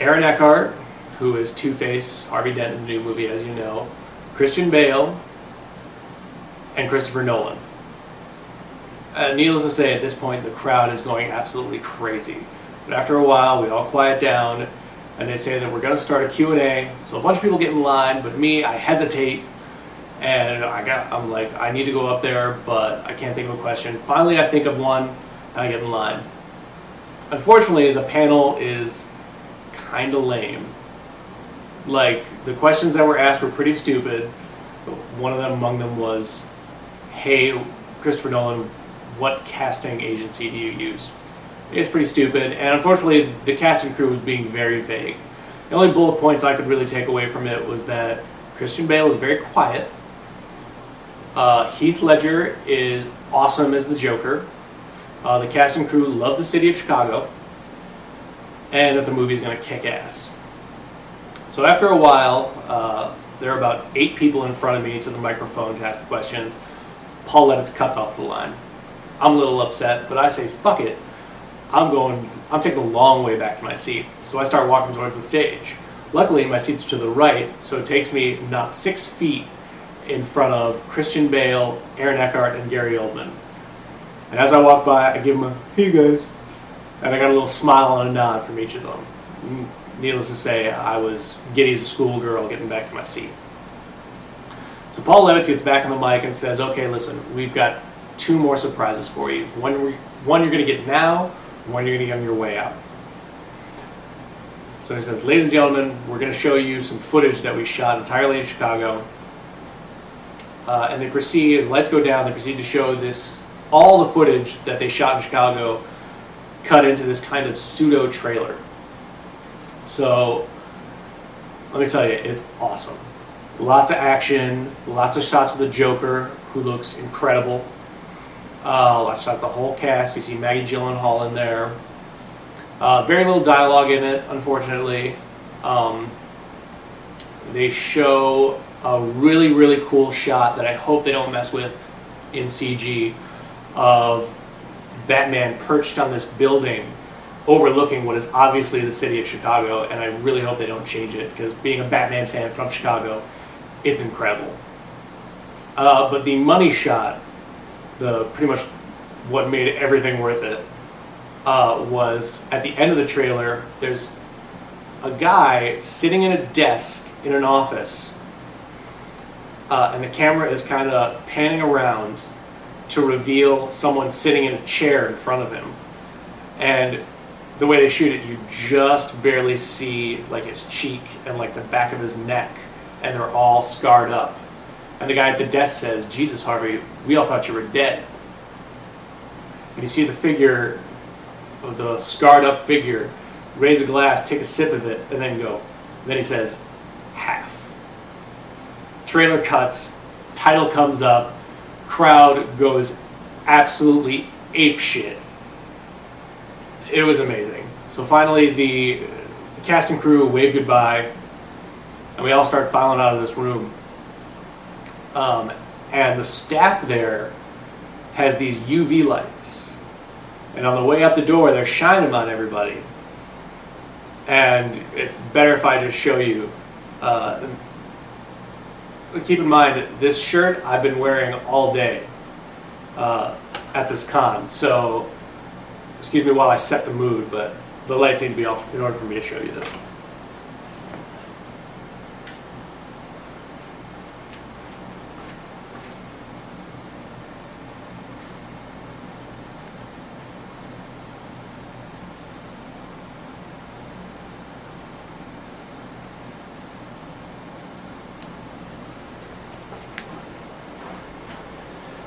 Aaron Eckhart, who is Two Face, Harvey Dent in the new movie, as you know, Christian Bale, and Christopher Nolan. Uh, needless to say, at this point, the crowd is going absolutely crazy. But after a while, we all quiet down, and they say that we're going to start a Q&A. So a bunch of people get in line, but me, I hesitate, and I got, I'm like, I need to go up there, but I can't think of a question. Finally, I think of one, and I get in line. Unfortunately, the panel is kind of lame. Like, the questions that were asked were pretty stupid. One of them among them was, "Hey, Christopher Nolan, what casting agency do you use?" It's pretty stupid, and unfortunately, the cast and crew was being very vague. The only bullet points I could really take away from it was that Christian Bale is very quiet. Uh, Heath Ledger is awesome as the Joker. Uh, the cast and crew love the city of Chicago, and that the movie's going to kick ass. So after a while, uh, there are about eight people in front of me to the microphone to ask the questions. Paul Levitz cuts off the line. I'm a little upset, but I say, fuck it. I'm going, I'm taking the long way back to my seat. So I start walking towards the stage. Luckily, my seat's to the right, so it takes me not six feet in front of Christian Bale, Aaron Eckhart, and Gary Oldman. And as I walk by, I give them a, hey guys. And I got a little smile and a nod from each of them. N- Needless to say, I was giddy as a schoolgirl getting back to my seat. So Paul Levitt gets back on the mic and says, "Okay, listen, we've got two more surprises for you. One, we, one you're going to get now, one you're going to get on your way out." So he says, "Ladies and gentlemen, we're going to show you some footage that we shot entirely in Chicago." Uh, and they proceed. Lights go down. They proceed to show this all the footage that they shot in Chicago, cut into this kind of pseudo trailer. So let me tell you, it's awesome. Lots of action, lots of shots of the Joker, who looks incredible. Uh, lots of shots of the whole cast. You see Maggie Gyllenhaal in there. Uh, very little dialogue in it, unfortunately. Um, they show a really, really cool shot that I hope they don't mess with in CG of Batman perched on this building overlooking what is obviously the city of Chicago, and I really hope they don't change it because being a Batman fan from Chicago, it's incredible. Uh, but the money shot, the pretty much what made everything worth it, uh, was at the end of the trailer. There's a guy sitting at a desk in an office, uh, and the camera is kind of panning around to reveal someone sitting in a chair in front of him. And the way they shoot it, you just barely see like his cheek and like the back of his neck, and they're all scarred up. And the guy at the desk says, "Jesus, Harvey, we all thought you were dead." And you see the figure, of the scarred up figure, raise a glass, take a sip of it, and then go. And then he says, "Half." Trailer cuts, title comes up, crowd goes absolutely ape shit it was amazing. So finally, the cast and crew wave goodbye, and we all start filing out of this room. Um, and the staff there has these UV lights, and on the way out the door, they're shining on everybody. And it's better if I just show you. Uh, keep in mind, this shirt I've been wearing all day uh, at this con, so excuse me while I set the mood, but the lights need to be off in order for me to show you this.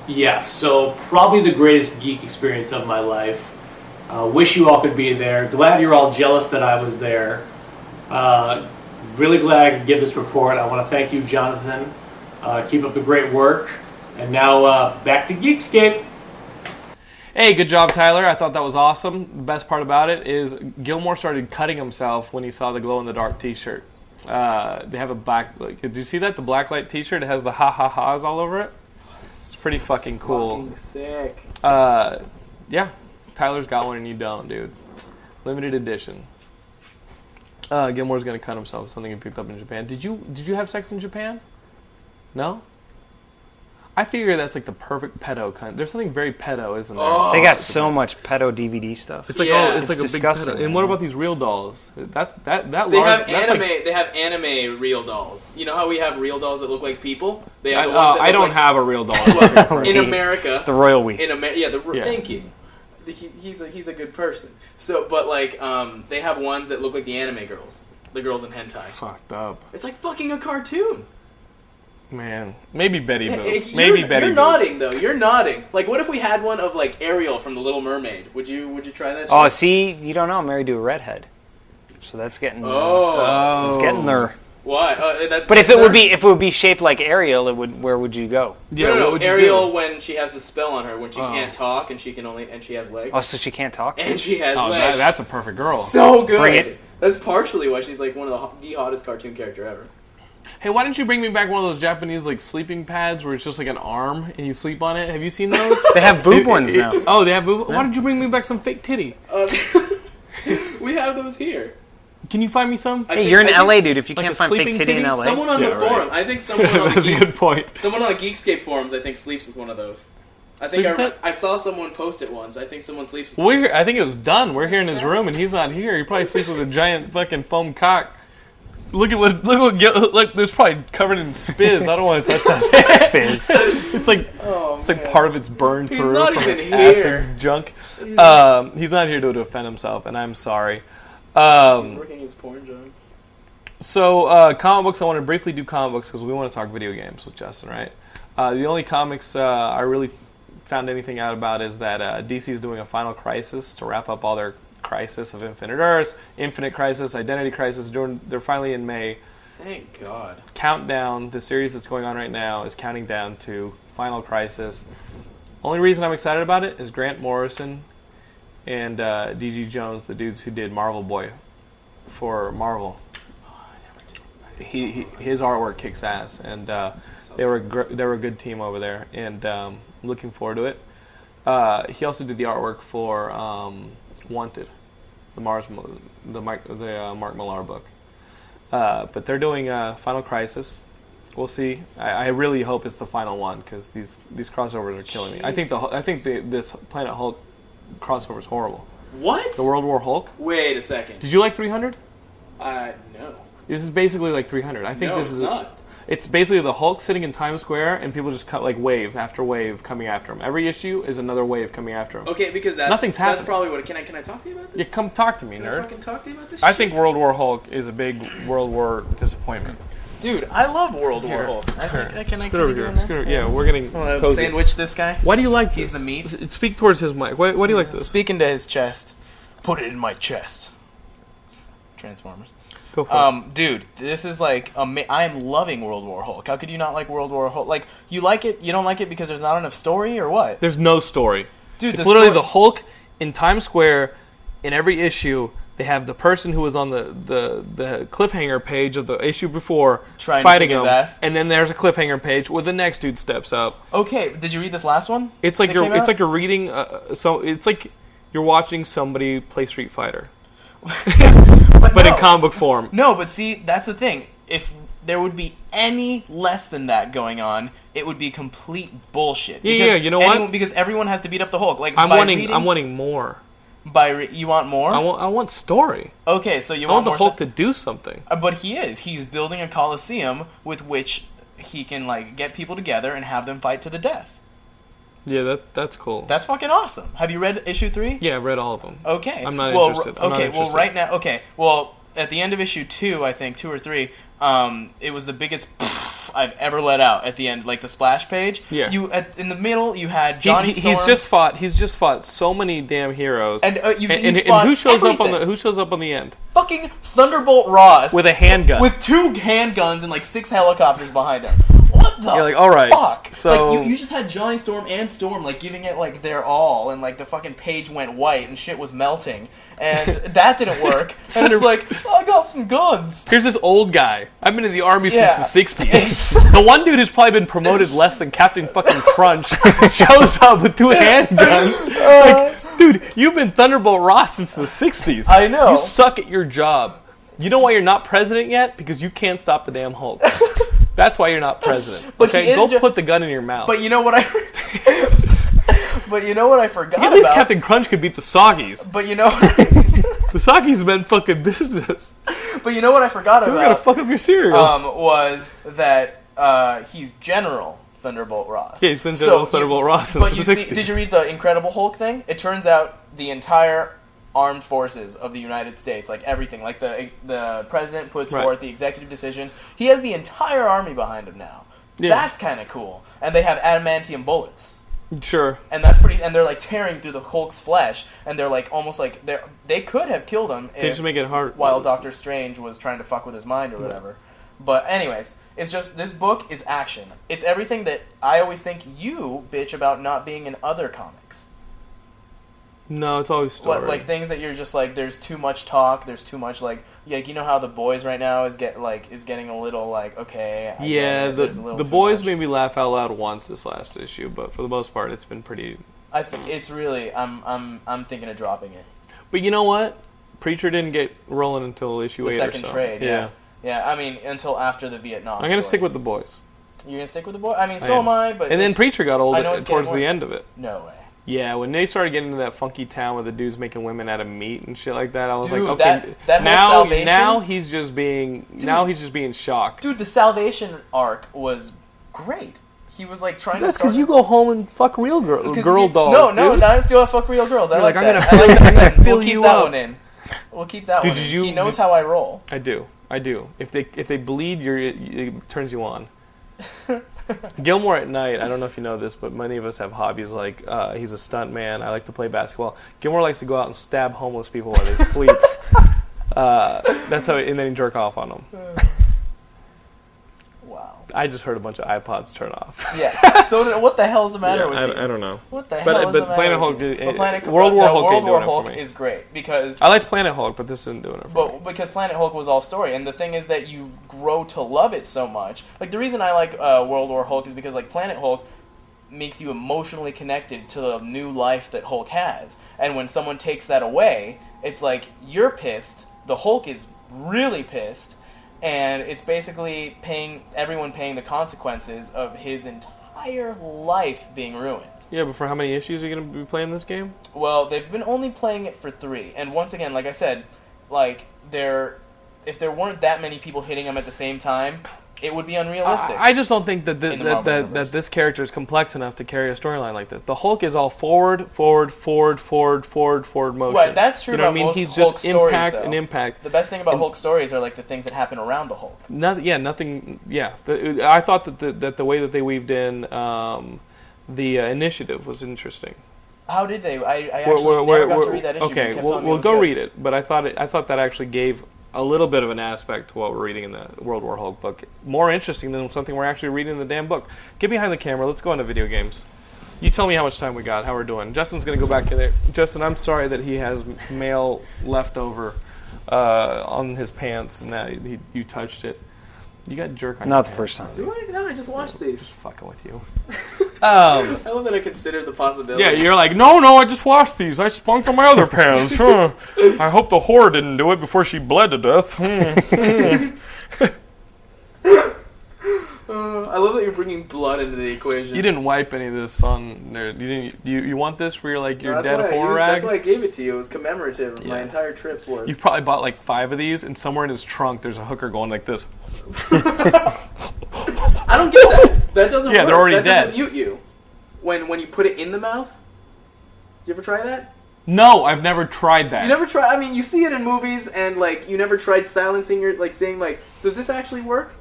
Yeah, so probably the greatest geek experience of my life. Uh, wish you all could be there. Glad you're all jealous that I was there. Uh, really glad I could give this report. I want to thank you, Jonathan. Uh, keep up the great work. And now uh, back to Geekscape.
Hey, good job, Tyler. I thought that was awesome. The best part about it is Gilmore started cutting himself when he saw the glow in the dark T-shirt. Uh, they have a black. Like, did you see that? The black light T-shirt it has the ha ha ha's all over it. It's pretty fucking cool.
Fucking sick.
Uh, yeah, Tyler's got one and you don't, dude. Limited edition. Uh, Gilmore's gonna cut himself. Something he picked up in Japan. Did you did you have sex in Japan? No. I figure that's like the perfect pedo kind. There's something very pedo, isn't there?
Oh,
They got so much pedo DVD stuff.
It's like oh,
Yeah.
it's,
It's
like a
disgusting,
big. pedo. And what
man.
about these real dolls? That's that that
They
large.
have
that's
anime.
Like,
they have anime real dolls. You know how we have real dolls that look like people. They
I,
have the
uh,
ones that
I
look
don't
like-
have a real doll.
Well, in
Right.
America,
the Royal We.
in America, yeah, the,
Yeah.
thank you. He, he's a, he's a good person. So, but like, um, they have ones that look like the anime girls, the girls in hentai.
Fucked up,
It's like fucking a cartoon.
man. Maybe Betty Boop.
Hey, you're-
Maybe
you're,
Betty Boop.
nodding though. You're nodding. Like, what if we had one of like Ariel from The Little Mermaid? Would you would you try that?
Oh,
shit?
see, you don't know. I'm married to a redhead, so that's getting uh,
oh,
Uh,
it's getting there.
why? Uh, that's
But if it would be if it would be shaped like Ariel, it would. Where would you go?
Yeah,
no, no,
what
no.
would you
Ariel
do? Oh.
when she has a spell on her when she can't talk and she can only and she has legs
Oh, so she can't talk.
and she has
Oh,
legs.
that, that's a perfect girl.
so good.
Bring it.
That's partially why she's like one of the, ho- the hottest cartoon character ever.
Hey, why didn't you bring me back one of those Japanese like sleeping pads where it's just like an arm and you sleep on it? Have you seen those?
They have boob ones now.
Oh, they have. Boob- Why did you bring me back some fake titty?
Um, we have those here.
Can you find me some?
I
Hey,
think-
you're in
I think
LA, dude. If you
like
can't
a
find fake
sleeping
titty in
titty?
LA,
Someone on the
Yeah, right.
forum. I think someone on the Geeks,
point.
someone on the Geekscape forums. I think sleeps with one of those. I think
Sleeps
I,
with it?
I saw someone post it once. I think someone sleeps. with
We're. I think it was done. We're here in his room and he's not here. He probably sleeps with a giant fucking foam cock. Look at what. Look what. Gil- Look, it's probably covered in spizz. I don't want to touch that.
Fizz.
It's like
Oh,
It's like
man.
part of it's burned
He's
through
not
from
even
his acid
here.
junk. Um, he's not here to, to offend himself, and I'm sorry.
He's
Um,
working his porn job.
so, uh, comic books. I want to briefly do comic books because we want to talk video games with Justin, right? Uh, the only comics uh, I really found anything out about is that uh, DC is doing a Final Crisis to wrap up all their Crisis of Infinite Earths, Infinite Crisis, Identity Crisis. Doing, they're finally in May.
Thank God.
countdown, the series that's going on right now, is counting down to Final Crisis. Only reason I'm excited about it is Grant Morrison and uh, DG Jones, the dudes who did Marvel Boy for Marvel. He, he his artwork kicks ass, and uh, they were gr- they were a good team over there, and um, looking forward to it. Uh, he also did the artwork for um, Wanted, the Mars Mo- the Mike the uh, Mark Millar book. Uh, but they're doing uh, Final Crisis. We'll see. I, I really hope it's the final one because these these crossovers are killing me. I think the Hul- I think the, this Planet Hulk crossover is horrible.
What?
The World War Hulk.
Wait a second.
Did you like 300?
Uh, no.
This is basically like 300. I think
no,
this
it's
is
not.
It's basically the Hulk sitting in Times Square and people just cut like wave after wave coming after him. Every issue is another wave coming after him.
Okay, because that's
Nothing's
that's
happening.
probably what. Can I can I talk to you about
Yeah,
this?
come talk to me,
can I
nerd.
fucking talk to you about this?
I
shit?
think World War Hulk is a big World War disappointment.
dude, I love World War Hulk. I think I can I keep doing that?
Screw- Yeah, we're getting
Wanna
cozy.
Sandwich this guy.
Why do you like
He's
this?
the meat.
S- Speak towards his mic. Why, why do you like this?
Speaking to his chest, put it in my chest. Transformers.
Go for
Um, dude, this is like ama- I am loving World War Hulk. How could you not like World War Hulk? Like you like it, you don't like it because there's not enough story or what?
There's no story.
Dude,
it's
the
literally
story-
the Hulk in Times Square. In every issue, they have the person who was on the, the, the cliffhanger page of the issue before
Trying to
fighting
kick his
him,
ass.
and then there's a cliffhanger page where the next dude steps up.
Okay, did you read this last one?
It's like
that
you're
came
it's
out?
like you're reading. Uh, so it's like you're watching somebody play Street Fighter, but
no.
in comic book form.
No, but see, that's the thing. If there would be any less than that going on, it would be complete bullshit.
Yeah,
Because
yeah, you know what?
anyone- Because everyone has to beat up the Hulk. Like
I'm
by
wanting
reading-
I'm wanting more.
by re- you want more.
I want I want story.
okay, so you
I want the
more
Hulk
stuff?
to do something.
Uh, But he is. He's building a coliseum with which he can like get people together and have them fight to the death.
Yeah, that that's cool.
That's fucking awesome. Have you read issue three?
yeah, I read all of them.
Okay.
I'm not
well,
interested.
r-
I'm not
okay. Well,
interested.
right now. Okay. Well, at the end of issue two, I think two or three. Um, it was the biggest I've ever let out at the end, like the splash page.
Yeah.
You at, in the middle, you had
He-
Johnny.
he- he's
Storm.
just fought. He's just fought so many damn heroes.
And, uh, you've-
and,
he's
and
fought
who shows up on
everything.
the who shows up on the end
fucking Thunderbolt Ross
with a handgun?
with two handguns and like six helicopters behind them. What the
You're like, all right,
fuck?
so-
like, you, you just had Johnny Storm and Storm like giving it like their all, and like the fucking page went white and shit was melting, and that didn't work. And it's like, oh, I got some guns.
Here's this old guy. I've been in the army
Yeah.
since the 60s. the one dude who's probably been promoted less than Captain fucking Crunch shows up with two handguns.
Uh.
Like, dude, you've been Thunderbolt Ross since the 60s.
I know.
You suck at your job. You know why you're not president yet? Because you can't stop the damn Hulk. That's why you're not president.
But he
okay,
is
go
ju-
put the gun in your mouth.
But you know what I? but you know what I forgot
At least
about.
Captain Crunch could beat the Soggies.
but you know,
The Soggies meant fucking business.
but you know what I forgot
We're gonna
about
fuck up your cereal.
Uh, um, was that uh, he's General Thunderbolt Ross.
yeah, he's been
So
doing so
you-
Thunderbolt Ross since
But you
the 60s.
see, did you read the Incredible Hulk thing? It turns out the entire armed forces of the United States, like everything, like the the president puts
Right.
forth the executive decision. He has the entire army behind him now.
Yeah.
That's kind of cool, and they have adamantium bullets.
sure.
And that's pretty. And they're like tearing through the Hulk's flesh, and they're like almost like they are they could have killed him.
They
if-
just make it hard.
while Doctor Strange was trying to fuck with his mind or whatever. But anyways, it's just this book is action. It's everything that I always think you bitch about not being in other comics.
No, it's always story.
What, like things that you're just like there's too much talk there's too much like like you know how the boys right now is get like is getting a little like okay I get
yeah,
it,
the,
there's a little
the
too
boys
much.
made me laugh out loud once this last issue, but for the most part, it's been pretty.
I think it's really I'm I'm I'm thinking of dropping it
But you know what? Preacher didn't get rolling until issue
the
eight
second
or so.
trade yeah. yeah I mean until after the Vietnam
I'm gonna
story.
stick with the boys.
you're gonna stick with the boy I mean
I
so
am.
am I but
And then
it's-
Preacher got old
I know it's
towards
getting
the
worse.
end of it.
no way
Yeah, when they started getting into that funky town where the dudes making women out of meat and shit like that, I was
Dude,
like, okay,
that- that whole
now
salvation-
now he's just being now he's just being shocked.
dude the Salvation arc was great he was like trying
That's
to start
because you go home and fuck real girl, girl dolls.
no no
dude.
no I don't feel I fuck real girls I
You're
like,
like, I'm
that
gonna
I like that
fill- I'm
sentence.
gonna fill
we'll keep
you
that
up.
one in we'll keep that
Dude,
one
did
in
you-
he knows
did-
how I roll
I do. I do. If they if they bleed, you're, it, it turns you on. Gilmore at night. I don't know if you know this, but many of us have hobbies. Like uh, he's a stunt man. I like to play basketball. Gilmore likes to go out and stab homeless people while they sleep. uh, that's how, and then he jerk off on them.
wow
I just heard a bunch of iPods turn off.
yeah so did- what the hell's the matter with you
don't know.
What the
But-
hell is
but
the matter
Planet
with
Hulk
you?
did-
But Planet
World
but
War
the
Hulk
World
ain't
War
doing it for
Hulk
me.
is great because
I liked Planet Hulk, but this isn't doing it. For me.
but because Planet Hulk was all story, and the thing is that you grow to love it so much. Like the reason I like uh, World War Hulk is because like Planet Hulk makes you emotionally connected to the new life that Hulk has, and when someone takes that away, it's like you're pissed. The Hulk is really pissed, and it's basically paying everyone paying the consequences of his entire life being ruined.
Yeah, but for how many issues are you going to be playing this game?
Well, they've been only playing it for three, and once again, like I said, like there, if there weren't that many people hitting them at the same time, it would be unrealistic.
I, I just don't think that the,
In the
that,
Marvel
that, that
universe.
this character is complex enough to carry a storyline like this. The Hulk is all forward, forward, forward, forward, forward, forward motion.
Right, that's true
You know what
about
I mean?
most
He's
Hulk
just
stories,
impact
though.
and impact.
the best thing about
and-
Hulk stories are like the things that happen around the Hulk.
Noth- yeah, nothing. Yeah, The- I thought that the, that the way that they weaved in um, the uh, initiative was interesting.
How did they? I, I
Where-
actually
where-
never
where-
got
where-
to read that issue. but you
Okay,
kept
we'll,
telling me
we'll
was
go
good.
read it. But I thought it, I thought that actually gave a little bit of an aspect to what we're reading in the World War Hulk book. More interesting than something we're actually reading in the damn book. Get behind the camera. Let's go into video games. You tell me how much time we got, how we're doing. Justin's going to go back to there. Justin, I'm sorry that he has mail left over uh, on his pants and that he, you touched it. You got jerk on
Not the
your
first time.
Do I? No, I just watched
pants.
these.
Fucking with you. Um,
I love that I considered the possibility.
Yeah, you're like, no, no, I just washed these. I spunked on my other pants. Huh. I hope the whore didn't do it before she bled to death. Hmm.
Uh, I love that you're bringing blood into the equation.
You didn't wipe any of this on there. You didn't. You, you want this where you're like your
That's
dead
why I
whore
used-
rag?
That's why I gave it to you. It was commemorative of my
Yeah.
entire trip's worth.
You've probably bought like five of these, and somewhere in his trunk there's a hooker going like this.
I don't get that. That doesn't.
Yeah, they're
work.
already
that
dead.
Doesn't mute you when when you put it in the mouth. You ever try that?
No, I've never tried that.
You never try. I mean, you see it in movies, and like you never tried silencing your like saying like, does this actually work?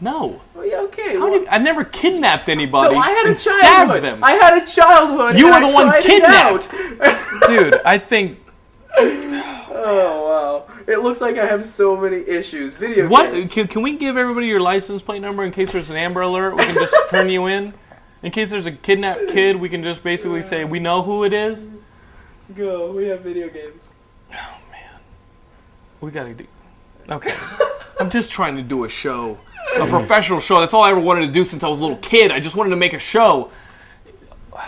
No,
Oh yeah, okay.
How
well-
did- I never kidnapped anybody.
no, I had a
and stabbed
childhood.
them.
I had a childhood.
You
and
were
I
the one
tried it
kidnapped.
out.
Dude, I think
oh wow! It looks like I have so many issues. Video
What
games.
can, can we give everybody your license plate number in case there's an Amber Alert? We can just turn you in. In case there's a kidnapped kid, we can just basically say we know who it is.
Go. We have video games.
We gotta do. Okay, I'm just trying to do a show, a professional show. That's all I ever wanted to do since I was a little kid. I just wanted to make a show.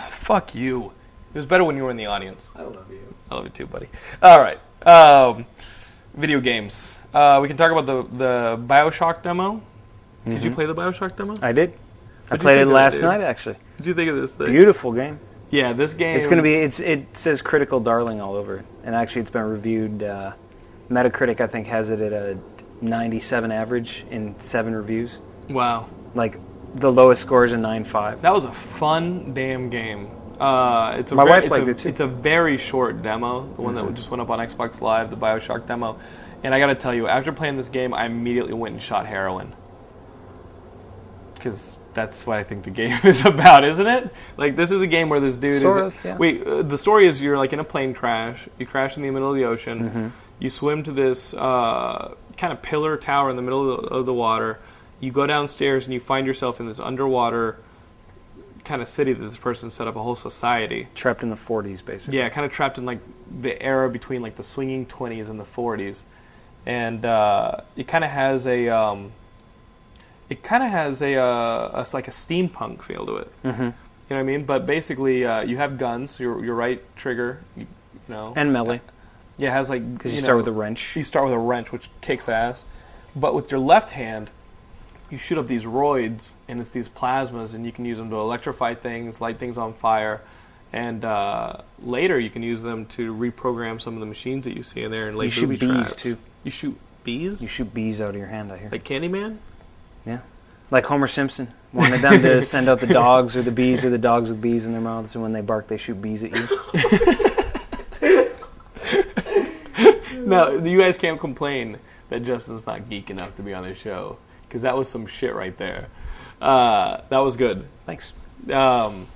Fuck you. It was better when you were in the audience.
I love you.
I love you too, buddy. All right. Um, video games. Uh, we can talk about the the Bioshock demo. Did you play the Bioshock demo?
I did. I
you
played
think
it
of it,
last
dude?
night, actually.
What do you think of this thing?
Beautiful game.
Yeah, this game.
It's going to be. It's it says critical darling all over it, and actually, it's been reviewed. Uh, Metacritic, I think, has it at a 97 average in seven reviews.
Wow,
Like the lowest score is a 9.5.
that was a fun damn game. Uh, it's a
My
very,
wife
it's
liked
a,
it, too. Mm-hmm.
It's a very short demo, the one that just went up on Xbox Live, the Bioshock demo. And I got to tell you, after playing this game, I immediately went and shot heroin because that's what I think the game is about, isn't it? Like this is a game where this dude
Sort
is.
of, yeah.
Wait, uh, the story is you're like in a plane crash. You crash in the middle of the ocean.
Mm-hmm.
You swim to this uh, kind of pillar tower in the middle of the, of the water. You go downstairs and you find yourself in this underwater kind of city that this person set up a whole society.
Trapped in the 40s, basically.
Yeah, kind of trapped in like the era between like the swinging 20s and the 40s, and uh, it kind of has a um, it kind of has a, uh, a s- like a steampunk feel to it. Mm-hmm. You know what I mean? But basically, uh, you have guns. Your your right trigger, you, you know,
And melee,
yeah, it has like
because you,
know,
start with a wrench.
you start with a wrench, which kicks ass. But with your left hand, you shoot up these roids, and it's these plasmas, and you can use them to electrify things, light things on fire, and uh, later you can use them to reprogram some of the machines that you see in there and lay
You shoot
booby
bees,
traps.
too.
You shoot bees?
You shoot bees out of your hand, I hear.
like Candyman?
yeah. Like Homer Simpson wanted them to send out the dogs or the bees or the dogs with bees in their mouths, and when they bark, they shoot bees at you.
No, you guys can't complain that Justin's not geek enough to be on this show because that was some shit right there. Uh, that was good.
Thanks.
um,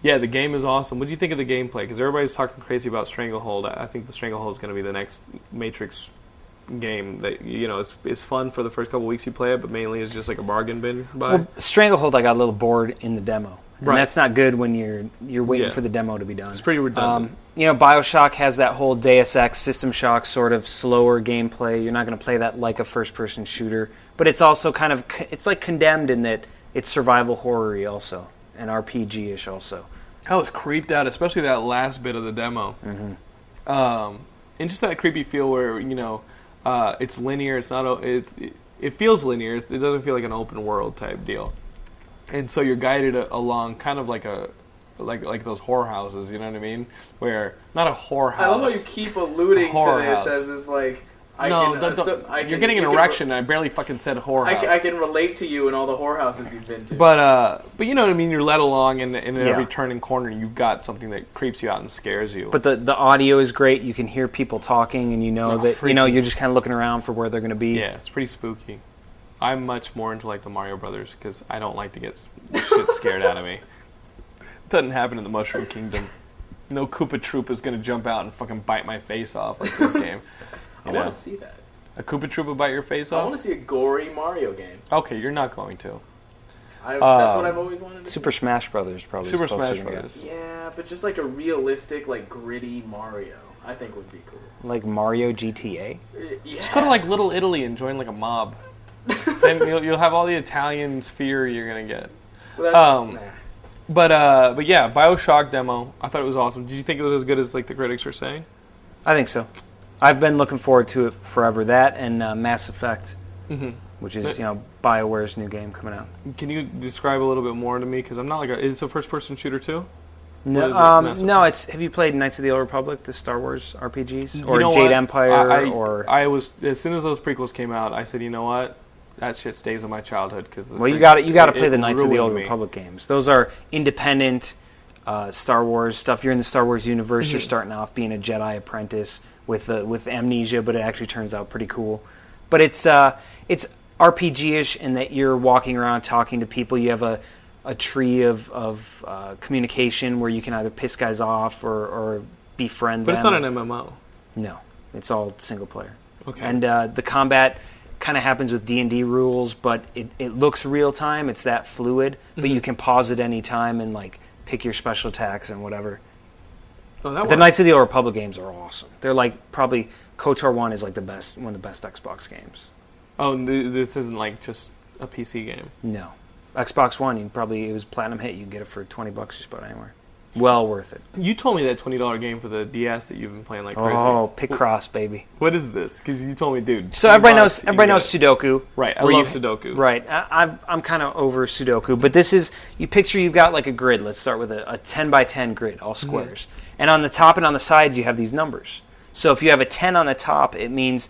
yeah, the game is awesome. What do you think of the gameplay? Because everybody's talking crazy about Stranglehold. I I think the Stranglehold is going to be the next Matrix game. That you know, it's it's fun for the first couple weeks you play it, but mainly it's just like a bargain bin buy.
Well, Stranglehold, I got a little bored in the demo. And
Right.
that's not good when you're you're waiting
Yeah.
for the demo to be done. It's
pretty redundant.
you know, Bioshock has that whole Deus Ex System Shock sort of slower gameplay. You're not going to play that like a first-person shooter, but it's also kind of c- it's like condemned in that it's survival horror-y also and RPG-ish also.
I was creeped out, especially that last bit of the demo, um, and just that creepy feel where you know uh, it's linear. It's not. o- It's it, it feels linear. It doesn't feel like an open world type deal, and so you're guided a- along kind of like a like like those whorehouses. You know what I mean? Where not a whorehouse.
I love how you keep alluding to
Horror
this
house.
as if like I
no,
can,
don't-
asso-
don't-
I can
you're getting an
we can re-
erection. I barely fucking said whorehouse.
I can, I can relate to you and all the whorehouses you've been to.
But uh, but you know what I mean. You're led along, and, and at
Yeah.
every turn and corner, you've got something that creeps you out and scares you.
But the the audio is great. You can hear people talking, and you know
Oh,
that you know
freaking-
you're just kind of looking around for where they're going to be.
Yeah, it's pretty spooky. I'm much more into like the Mario Brothers because I don't like to get s- shit scared out of me. Doesn't happen in the Mushroom Kingdom. No Koopa Troop is gonna jump out and fucking bite my face off like this game.
I
You know?
want to see that.
A Koopa Troop will bite your face
I want to
off?
see a gory Mario game.
Okay, you're not going to.
I, that's
Um,
what I've always wanted. To
Super Smash Brothers probably. is
Super
closer
Smash
to get.
Brothers.
Yeah, but just like a realistic, like gritty Mario, I think would be cool.
Like Mario GTA.
Uh, Yeah.
Just go to like Little Italy and join like a mob. then you'll, you'll have all the Italian fear you're gonna get.
Well, that's-
um,
nah.
But uh, but yeah, Bioshock demo. I thought it was awesome. Did you think it was as good as like the critics are saying?
I think so. I've been looking forward to it forever. That and uh, Mass Effect,
Mm-hmm.
which is you know Bioware's new game coming out.
Can you describe a little bit more to me? Because I'm not like a. It's a first-person shooter too. What
No,
is it, Mass
um, no,
Effect?
it's. Have you played Knights of the Old Republic, the Star Wars RPGs, or
You know
Jade
what?
Empire,
I, I-
or
I was as soon as those prequels came out, I said, you know what, that shit stays in my childhood because.
well, you got to You got to play
it
the Knights of the
ruined
Old
me.
Republic games. Those are independent uh, Star Wars stuff. You're in the Star Wars universe.
Mm-hmm.
You're starting off being a Jedi apprentice with uh, with amnesia, but it actually turns out pretty cool. But it's uh, it's RPG-ish in that you're walking around talking to people. You have a a tree of of uh, communication where you can either piss guys off or, or befriend
But it's
them.
not an MMO.
No, it's all single player.
Okay.
And uh, the combat kind of happens with D and D rules, but it, it looks real time. It's that fluid, but
Mm-hmm.
you can pause at any time and like pick your special attacks and whatever.
Oh, that
The
one.
Knights of the Old Republic games are awesome. They're like probably KOTOR one is like the best one of the best Xbox games.
Oh, and th- this isn't like just a PC game.
No, Xbox One you can probably it was platinum hit. You can get it for twenty bucks just about anywhere. Well worth it.
You told me that twenty dollar game for the DS that you've been playing like crazy.
Oh, pick cross, baby.
What is this? Because you told me, dude.
So
you
everybody
must-
knows
you
everybody
get
knows
it.
Sudoku.
Right, I
where
love
you-
Sudoku.
Right, I, I'm I'm kind of over Sudoku, but this is you picture you've got like a grid. Let's start with a, a 10 by 10 grid, all squares, and on the top and on the sides you have these numbers. So if you have a 10 on the top, it means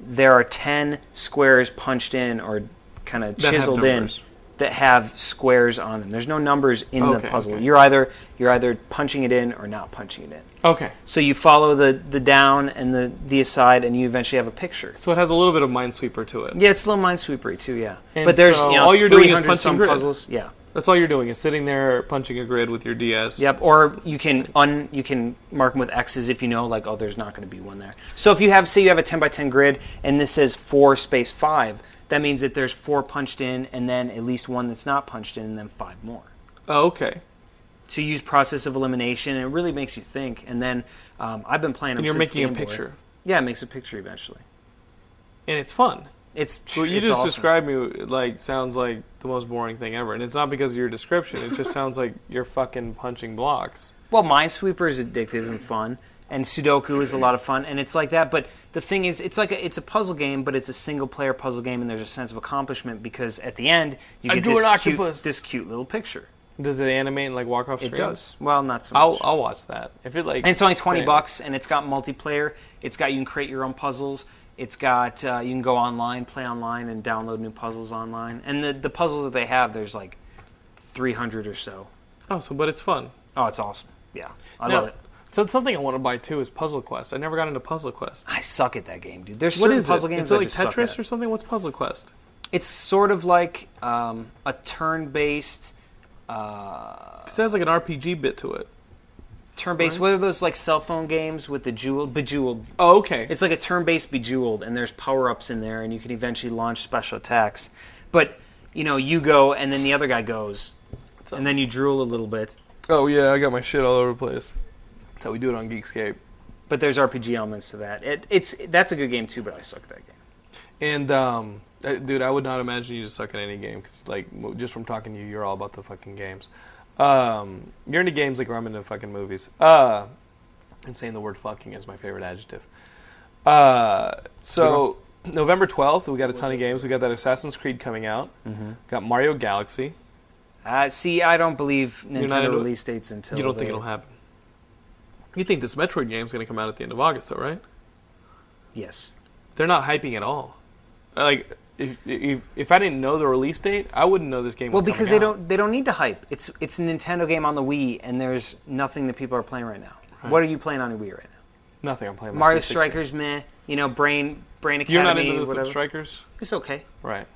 there are 10 squares punched in or kind of
have
chiseled in
numbers.
that have squares on them. There's no numbers in
Okay,
the puzzle.
okay.
You're either you're either punching it in or not punching it in.
Okay,
So you follow the the down and the the aside, and you eventually have a picture.
so it has a little bit of Minesweeper to it.
Yeah, it's a little minesweepery too. Yeah,
And
but there's
so
you know,
all you're doing is
300
punching
some
grid.
puzzles. Yeah.
That's all you're doing is sitting there punching a grid with your DS.
Yep. Or you can un you can mark them with X's if you know like oh there's not going to be one there. So if you have say you have a 10 by 10 grid and this says four space five, that means that there's four punched in and then at least one that's not punched in and then five more.
Oh, okay.
So you use process of elimination, and it really makes you think. And then um, I've been
And
playing. them
you're
since
making a
Game Boy.
picture,
Yeah, it makes a picture eventually.
and it's fun.
It's
What you
it's
just
awesome.
described me like sounds like the most boring thing ever, and it's not because of your description. It just sounds like you're fucking punching blocks.
Well, Minesweeper is addictive and fun, and Sudoku is a lot of fun, and it's like that. But the thing is, it's like a, it's a puzzle game, but it's a single player puzzle game, and there's a sense of accomplishment because at the end you
I
get
drew an
this,
octopus.
Cute, this cute little picture.
Does it animate and like walk off
It
screen?
does. Well, not so much.
I'll I'll watch that if it like.
and it's only 20
Yeah.
bucks and it's got multiplayer it's got you can create your own puzzles it's got uh, you can go online play online and download new puzzles online and the, the puzzles that they have there's like 300 or so
Oh, so but it's fun.
oh it's awesome yeah i
Now,
love it
So something I want to buy too is Puzzle Quest. I never got into Puzzle Quest.
i suck at that game dude there's
What
certain
is
puzzle
it?
games
It's
I
like
just suck
Tetris
at.
or something. What's Puzzle Quest?
it's sort of like um, a turn-based uh,
It has like an RPG bit to it.
turn-based what are those like cell phone games with the jewel bejeweled
Oh, okay.
It's like a turn-based Bejeweled, and there's power-ups in there, and you can eventually launch special attacks. But you know, you go, and then the other guy goes, and then you drool a little bit.
oh yeah, I got my shit all over the place. That's how we do it on Geekscape.
But there's RPG elements to that. It, it's that's a good game too, but I suck at that game.
And um, uh, dude, I would not imagine you to suck at any game 'cause, like, mo- just from talking to you, you're all about the fucking games. Um, you're into games like I'm into fucking movies. Uh, and saying the word "fucking" is my favorite adjective. Uh, so November twelfth, we got a ton of games. We got that Assassin's Creed coming out.
Mm-hmm.
Got Mario Galaxy.
Uh, see, I don't believe Nintendo
not into it?
release dates until
You don't
they,
think it'll happen? You think this Metroid game's going to come out at the end of August, though, right?
Yes,
They're not hyping at all. Like, if if, if I didn't know the release date, I wouldn't know this game.
well,
was coming
because they
out.
don't they don't need to hype. It's it's a Nintendo game on the Wii, and there's nothing that people are playing right now. What are you playing on the Wii right now?
Nothing. I'm playing my
Mario
360.
Strikers, meh. You know, Brain Brain Academy,
You're not into the
whatever.
Strikers,
It's okay.
right?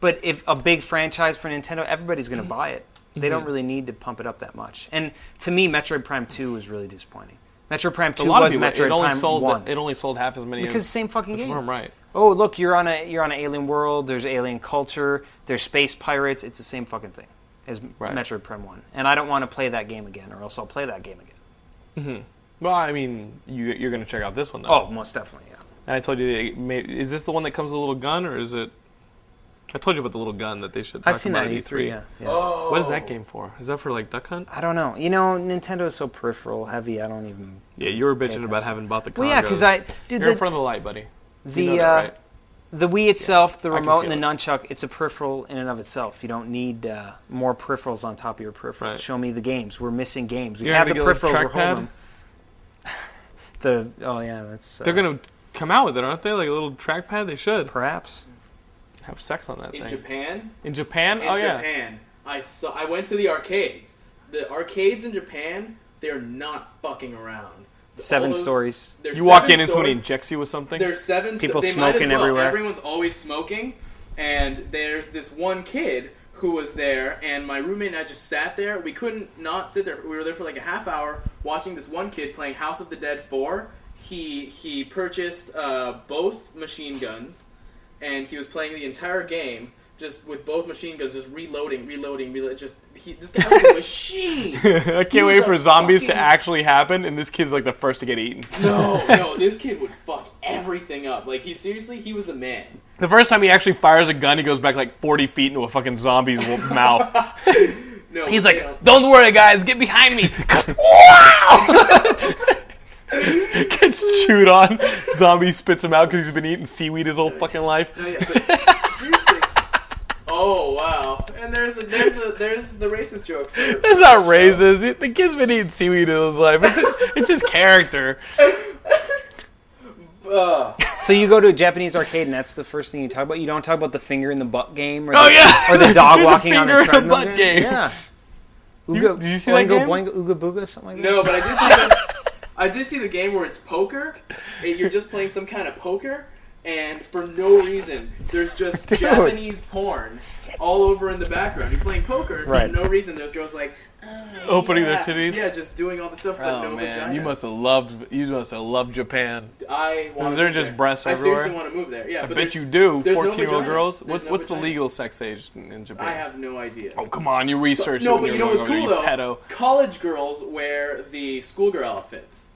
But if a big franchise for Nintendo, everybody's going to buy it. They
Mm-hmm.
don't really need to pump it up that much. And to me, Metroid Prime Two was really disappointing. Metroid Prime Two was Metroid
it only
Prime
sold
One
it only sold half as many
because
as,
same fucking game.
I'm right.
Oh, look, you're on a you're on an alien world. There's alien culture. There's space pirates. It's the same fucking thing as
Right.
Metroid Prime One. And I don't want to play that game again, or else I'll play that game again.
Well, I mean, you, you're going to check out this one though.
Oh, most definitely, yeah.
and I told you, that it may, is this the one that comes with a little gun, or is it? I told you about the little gun that they should. Talk
I've seen
about
that
at
E three. Yeah, yeah.
What is that game for? Is that for like Duck Hunt?
I don't know. You know, Nintendo is so peripheral heavy. I don't even.
Yeah, you were bitching about
attention.
having bought the. Congos.
Well, yeah, because I
You're
dude
in
the-
front of the light, buddy.
the
know that,
uh,
right?
the Wii itself, the
I can
remote,
feel
and the
it.
nunchuck. It's a peripheral in and of itself. You don't need uh, more peripherals on top of your peripheral.
Right.
Show me the games. We're missing games. We
You're
have the
gonna get a
peripherals. We're
trackpad?
holding them. The oh yeah, that's uh,
They're going to come out with it, aren't they? Like a little trackpad. They should
perhaps.
have sex on that
In
thing.
Japan,
in Japan?
in
oh yeah.
Japan, I saw. I went to the arcades. The arcades in Japan, they're not fucking around.
Seven
All those-
stories.
they're
You walk
seven
in and
story-
somebody injects you with something.
There's seven
People
they might as
smoking
well.
everywhere.
Everyone's always smoking, and there's this one kid who was there, and my roommate and I just sat there. We couldn't not sit there. We were there for like a half hour watching this one kid playing House of the Dead Four. He he purchased uh, both machine guns, and he was playing the entire game. Just with both machine guns, just reloading, reloading, reloading. Just he, this guy was a machine.
I
He
can't
was
wait
a
for zombies to
fucking-
actually happen, and this kid's like the first to get eaten.
No, no, this kid would fuck everything up. Like he seriously, he was the man.
The first time he actually fires a gun, he goes back like 40 feet into a fucking zombie's w- mouth.
No,
He's
you know.
like, "Don't worry, guys, get behind me!" wow! Gets chewed on. Zombie spits him out because he's been eating seaweed his whole fucking life.
Oh, Yeah, but seriously. Oh wow! And there's a, there's the there's the racist joke. For,
That's not racist. The kid's been eating seaweed his whole life. It's, it's his character.
uh,
So you go to a Japanese arcade, and that's the first thing you talk about. You don't talk about the finger in the butt game, or
Oh,
the,
yeah.
or the dog
There's a
walking on
finger
the
in the
treadmill
butt game.
Yeah.
You-
Ooga-
did you see that
Oingo
game?
Boingo, Ooga Booga, something like that.
no, but I did see the, I did see the game where it's poker. and You're just playing some kind of poker, and for no reason, there's just Japanese porn all over in the background. You're playing poker,
Right.
and for no reason, there's girls like.
opening
yeah.
their titties.
Yeah, just doing all the stuff with
Oh,
no
man.
vagina.
You must have loved. You must have loved Japan.
I want.
there just breasts
I seriously
everywhere?
want to move there. Yeah,
I
but
bet
there's-
you do.
there's no
Fourteen-year-old
vagina.
girls.
There's
What,
no
what's the
vagina.
legal sex age in, in Japan?
I have no idea.
Oh come on, you researched. it
no,
when
but you
were
know
going
what's
over
cool though?
there, you Pedo.
College girls wear the schoolgirl outfits.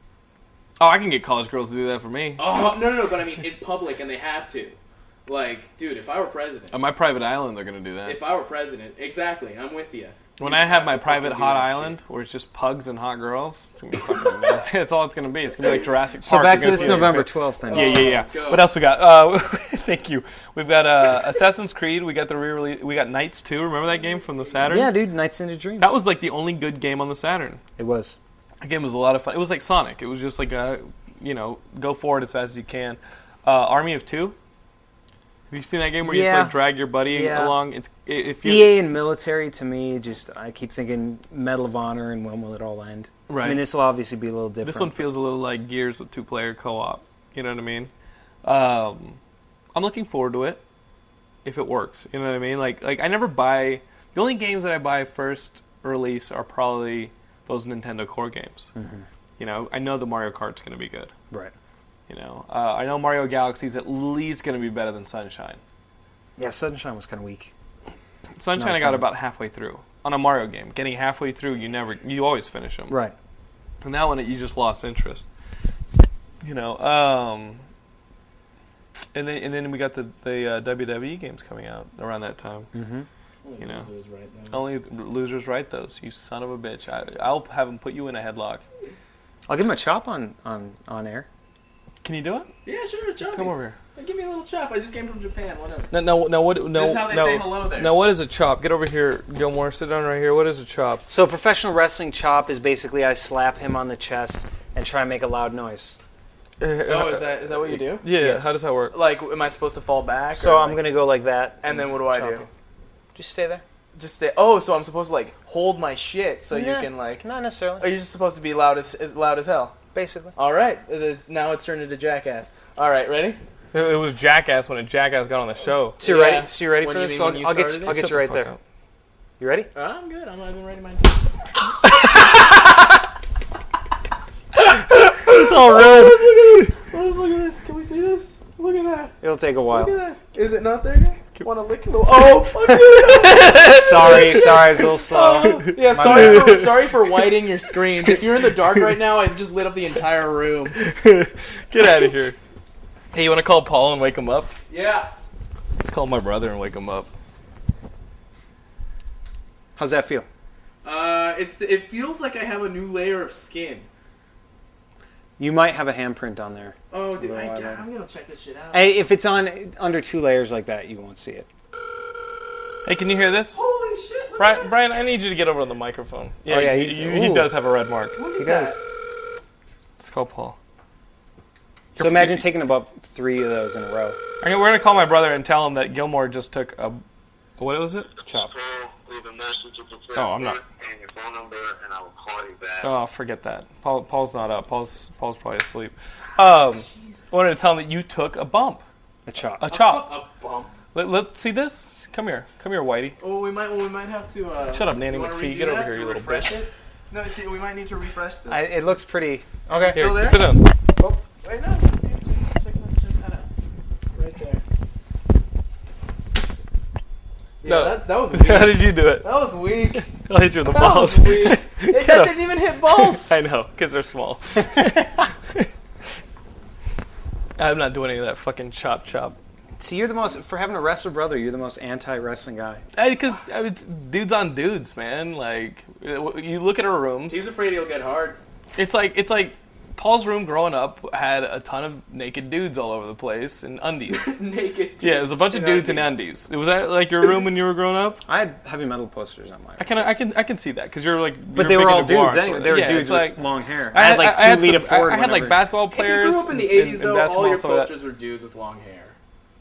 Oh, I can get college girls to do that for me.
Oh no, no, no! But I mean, in public, and they have to. Like, dude, if I were president,
On my private island, they're gonna do that.
if I were president, exactly, I'm with you.
When I have my
to
private
fucking do
hot
that
island where it's just pugs and hot girls, it's gonna be fucking that's, that's all it's gonna be. It's gonna be like Jurassic
So
Park.
back
You're
to
gonna
this
see Oh. it.
November 12th then.
Yeah, yeah, yeah.
Go.
What else we got? Uh, thank you. We've got uh, Assassin's Creed. We got the re-release. We got Knights 2. Remember that game from the Saturn?
Yeah, dude, Nights into Dreams.
That was like the only good game on the Saturn.
It was.
That game was a lot of fun. It was like Sonic. It was just like a, you know, go forward as fast as you can. Uh, Army of Two. Have you seen that game where you have to
Yeah.
like, drag your buddy
Yeah. E
along? It's if you
EA and military to me, just I keep thinking Medal of Honor and when will it all end? I
Right.
mean, this will obviously be a little different.
This one feels a little like Gears with two-player co-op. You know what I mean? Um, I'm looking forward to it if it works. You know what I mean? Like, like I never buy the only games that I buy first release are probably those Nintendo core games. You know, I know the Mario Kart's going to be good.
right.
You know, uh, I know Mario Galaxy's at least going to be better than Sunshine.
Yeah, Sunshine was kind of weak.
Sunshine
Not
I got
fun.
about halfway through on a Mario game. Getting halfway through, you never, you always finish them.
Right.
And that one, you just lost interest. You know, um, and then and then we got the the uh, WWE games coming out around that time.
Mhm.
You know,
It was right then.
only losers write those. You son of a bitch! I, I'll have them put you in a headlock.
I'll give him a chop on on on air.
Can you do it?
Yeah, sure, chop.
Come over here.
Give me a little chop. I just came from Japan. Whatever.
No, no, no. What? No,
This is how they
no.
say hello there.
No, what is a chop? Get over here, Gilmore. Sit down right here. What is a chop?
So professional wrestling chop is basically I slap him on the chest and try and make a loud noise.
Oh, is that is that what you do?
Yeah.
Yes.
How does that work?
Like, am I supposed to fall back?
So
or,
I'm
like-
gonna go like that.
And then what do I
chop
do?
you. Just stay there.
Just stay. Oh, so I'm supposed to like hold my shit so
Yeah.
you can like.
Not
Are
necessarily.
you just supposed to be loud as, as loud as hell?
Basically.
All right, it is- now it's turned into jackass. All right, ready?
It, it was Jackass when a Jackass got on the show.
So you are
Yeah.
ready? So you ready
When
for
you
this? So
mean when you
I'll, I'll get
started
you,
it?
I'll get
Shut
you right
the
there.
fuck up.
You ready?
I'm good. I'm, I've been ready. My
It's all red.
Let's Oh, look at this. Can we see this? Look at that.
It'll take a
Look
while.
at that. Is it not there yet? Want to lick the? Oh, oh, dude.
sorry, sorry, I was a little slow.
yeah. Sorry, for, sorry for whiting your screens. If you're in the dark right now, I just lit up the entire room.
Get out of here. hey, you want to call Paul and wake him up?
Yeah.
Let's call my brother and wake him up.
How's that feel?
Uh, it's it feels like I have a new layer of skin.
You might have a handprint on there.
Oh, dude, I,
I
I'm gonna check this shit out.
Hey, if it's on under two layers like that, you won't see it.
Hey, can you hear this?
Holy shit! Look
Brian, Brian, I need you to get over on the microphone. Yeah,
Oh, yeah,
you-
he's-
you- he
ooh.
does have a red mark.
Look
You
at
guys.
that.
Let's call Paul.
So imagine taking about three of those in a row.
Okay, we're gonna call my brother and tell him that Gilmore just took a, what was it? Chop.
leave a message at the front
Oh, I'm not-
door And your phone number, and I will call you back.
Oh, forget that. Paul, Paul's not up. Paul's Paul's probably asleep. Um, I wanted to tell him that you took a bump,
A chop.
a chop.
A bump.
Let, let's see this. Come here, come here, Whitey.
Oh, we might. Well, we might have to. Uh,
Shut up, Nanny
you wanna
McPhee.
redo
Get over
that
here,
to
you little
refresh it? No, see, we might need to refresh this.
I, it looks pretty.
Okay,
still
here,
there?
sit down.
Right now, check that, check that out. Right there. Yeah,
No.
that, that was weak.
How
that
did you do it?
was weak. That
I'll hit you in the
was
balls.
weak. It, that
up.
didn't even hit balls.
I know, kids are small. I'm not doing any of that fucking chop chop.
See, you're the most for having a wrestler brother. You're the most anti-wrestling guy.
Because I mean, it's dudes on dudes, man. Like eh, you look at our rooms,
He's afraid he'll get hard.
it's like it's like Paul's room growing up had a ton of naked dudes all over the place and undies.
Naked.
yeah, it was a bunch of dudes in undies. Was that like your room when you were growing up?
I had heavy metal posters on my.
I can I can I can see that because you're like.
but they were all dudes anyway. They were dudes with
like.
long hair.
I had like two I had,
lead
some,
of four.
I had like basketball
If you
players.
grew up in the
and-
80s,
and
though, all
basketball
your
and some of that.
posters were dudes with long hair.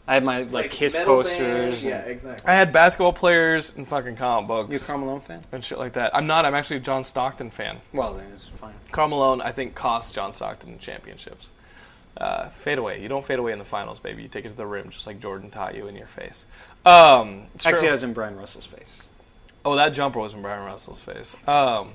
I had my like, Kiss
metal
posters.
bands. Yeah, exactly.
I had basketball players and fucking comic books
You a Karl Malone fan?
and shit like that. I'm not. I'm actually a John Stockton fan.
Well, then it's fine.
Carl Malone, I think, cost John Stockton championships. Uh, fade away. You don't fade away in the finals, baby. You take it to the rim, just like Jordan taught you in your face. Um, it's
Actually,
true.
I was in Brian Russell's face.
Oh, that jumper was in Brian Russell's face. Um,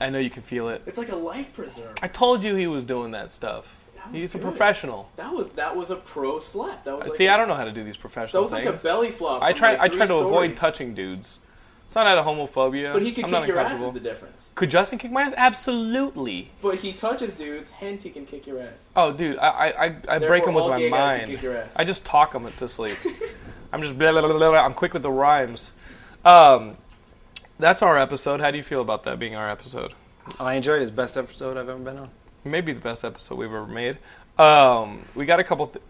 I know you can feel it.
It's like a life preserver.
I told you he was doing that stuff.
That was
He's a
good.
professional.
That was that was a pro slap. That was like
See,
I
I don't know how to do these
That
professional
was like
things.
a belly flop.
I
from,
try.
like,
I
three
try to avoid
stories.
touching dudes. It's not out of homophobia.
But he could
I'm not
kick your ass.
uncomfortable.
Is the difference.
Could Justin kick my ass? Absolutely.
But he touches dudes, hence he can kick your ass.
Oh, dude, I I, I, I break
Therefore,
him with
all
my
gay guys can
mind.
kick your ass.
I just talk him to sleep. I'm just blah, blah, blah, blah, blah. I'm quick with the rhymes. Um, that's our episode. How do you feel about that being our episode?
Oh, I enjoyed his best episode I've ever been on.
Maybe the best episode we've ever made. Um, we got a couple. Th-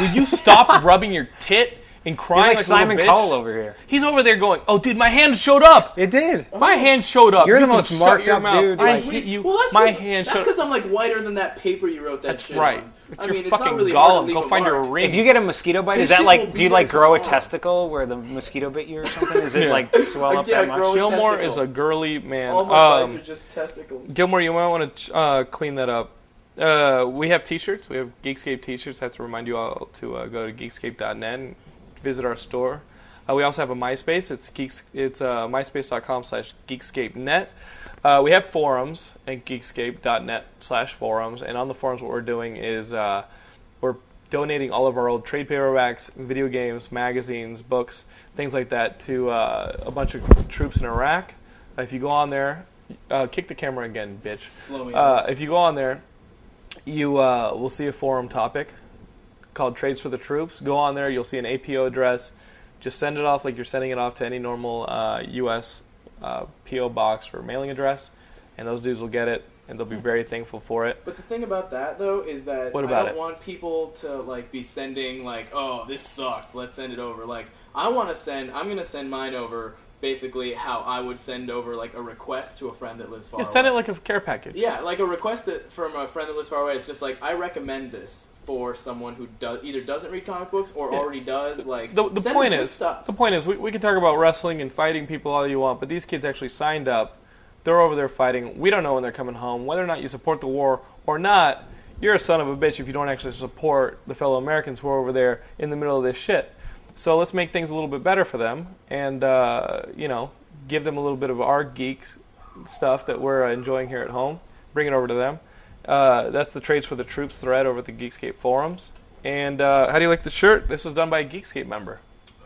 Will you stop rubbing your tit and crying like, a
like,
little
Simon
bitch?
Cowell over here.
He's over there going, "Oh, dude, my hand showed up.
It did.
My hand showed up.
You're the
You can
most
shut
marked
your
up
mouth.
dude,
I
like-
hit you.
Well, that's
my
'cause-
hand
That's
showed.
because I'm like whiter than that paper you wrote that
That's
shit
right.
on.
It's
I
your
mean, it's
fucking
not really hard to
golem.
leave
Go
a
find
mark.
your ring.
If you get a mosquito bite, is
This
that
shit
like
will
do you
be
like
there
grow a
tomorrow.
testicle where the mosquito bit you or something? Is it
Yeah.
like swell up
Yeah,
that much?
grow a
Gilmore
testicle.
is a girly man.
All Oh my
Um,
bites are just testicles.
Gilmore, you might want to uh, clean that up. Uh, we have T-shirts. We have Geekscape T-shirts. I have to remind you all to uh, go to Geekscape.net and visit our store. Uh, we also have a MySpace. It's geeks. It's uh, MySpace.com/geekscape.net. Uh, we have forums at Geekscape.net/forums, and on the forums, what we're doing is uh, we're donating all of our old trade paperbacks, video games, magazines, books, things like that to uh, a bunch of troops in Iraq. If you go on there, uh, kick the camera again, bitch.
Slow me
Uh, if you go on there, you uh, will see a forum topic called Trades for the Troops. Go on there, you'll see an APO address. Just send it off like you're sending it off to any normal uh, U.S. Uh, PO box or mailing address, and those dudes will get it, and
Hmm.
they'll be very thankful for it.
But the thing about that though is that
What about
I don't
it?
want people to like be sending like, oh, this sucked. Let's send it over. Like I want to send. I'm gonna send mine over. Basically, how I would send over like a request to a friend that lives far.
Yeah, send it
away.
like a care package.
yeah, like a request that, from a friend that lives far away. It's just like I recommend this for someone who does either doesn't read comic books or
Yeah.
already does. Like
the, the
send
point
them good
is
stuff.
the point is we, we can talk about wrestling and fighting people all you want but these kids actually signed up they're over there fighting we don't know when they're coming home whether or not you support the war or not you're a son of a bitch if you don't actually support the fellow americans who are over there in the middle of this shit so let's make things a little bit better for them and uh, you know give them a little bit of our geeks stuff that we're enjoying here at home bring it over to them uh, that's the trades for the troops thread over at the geekscape forums and uh, how do you like the shirt this was done by a geekscape member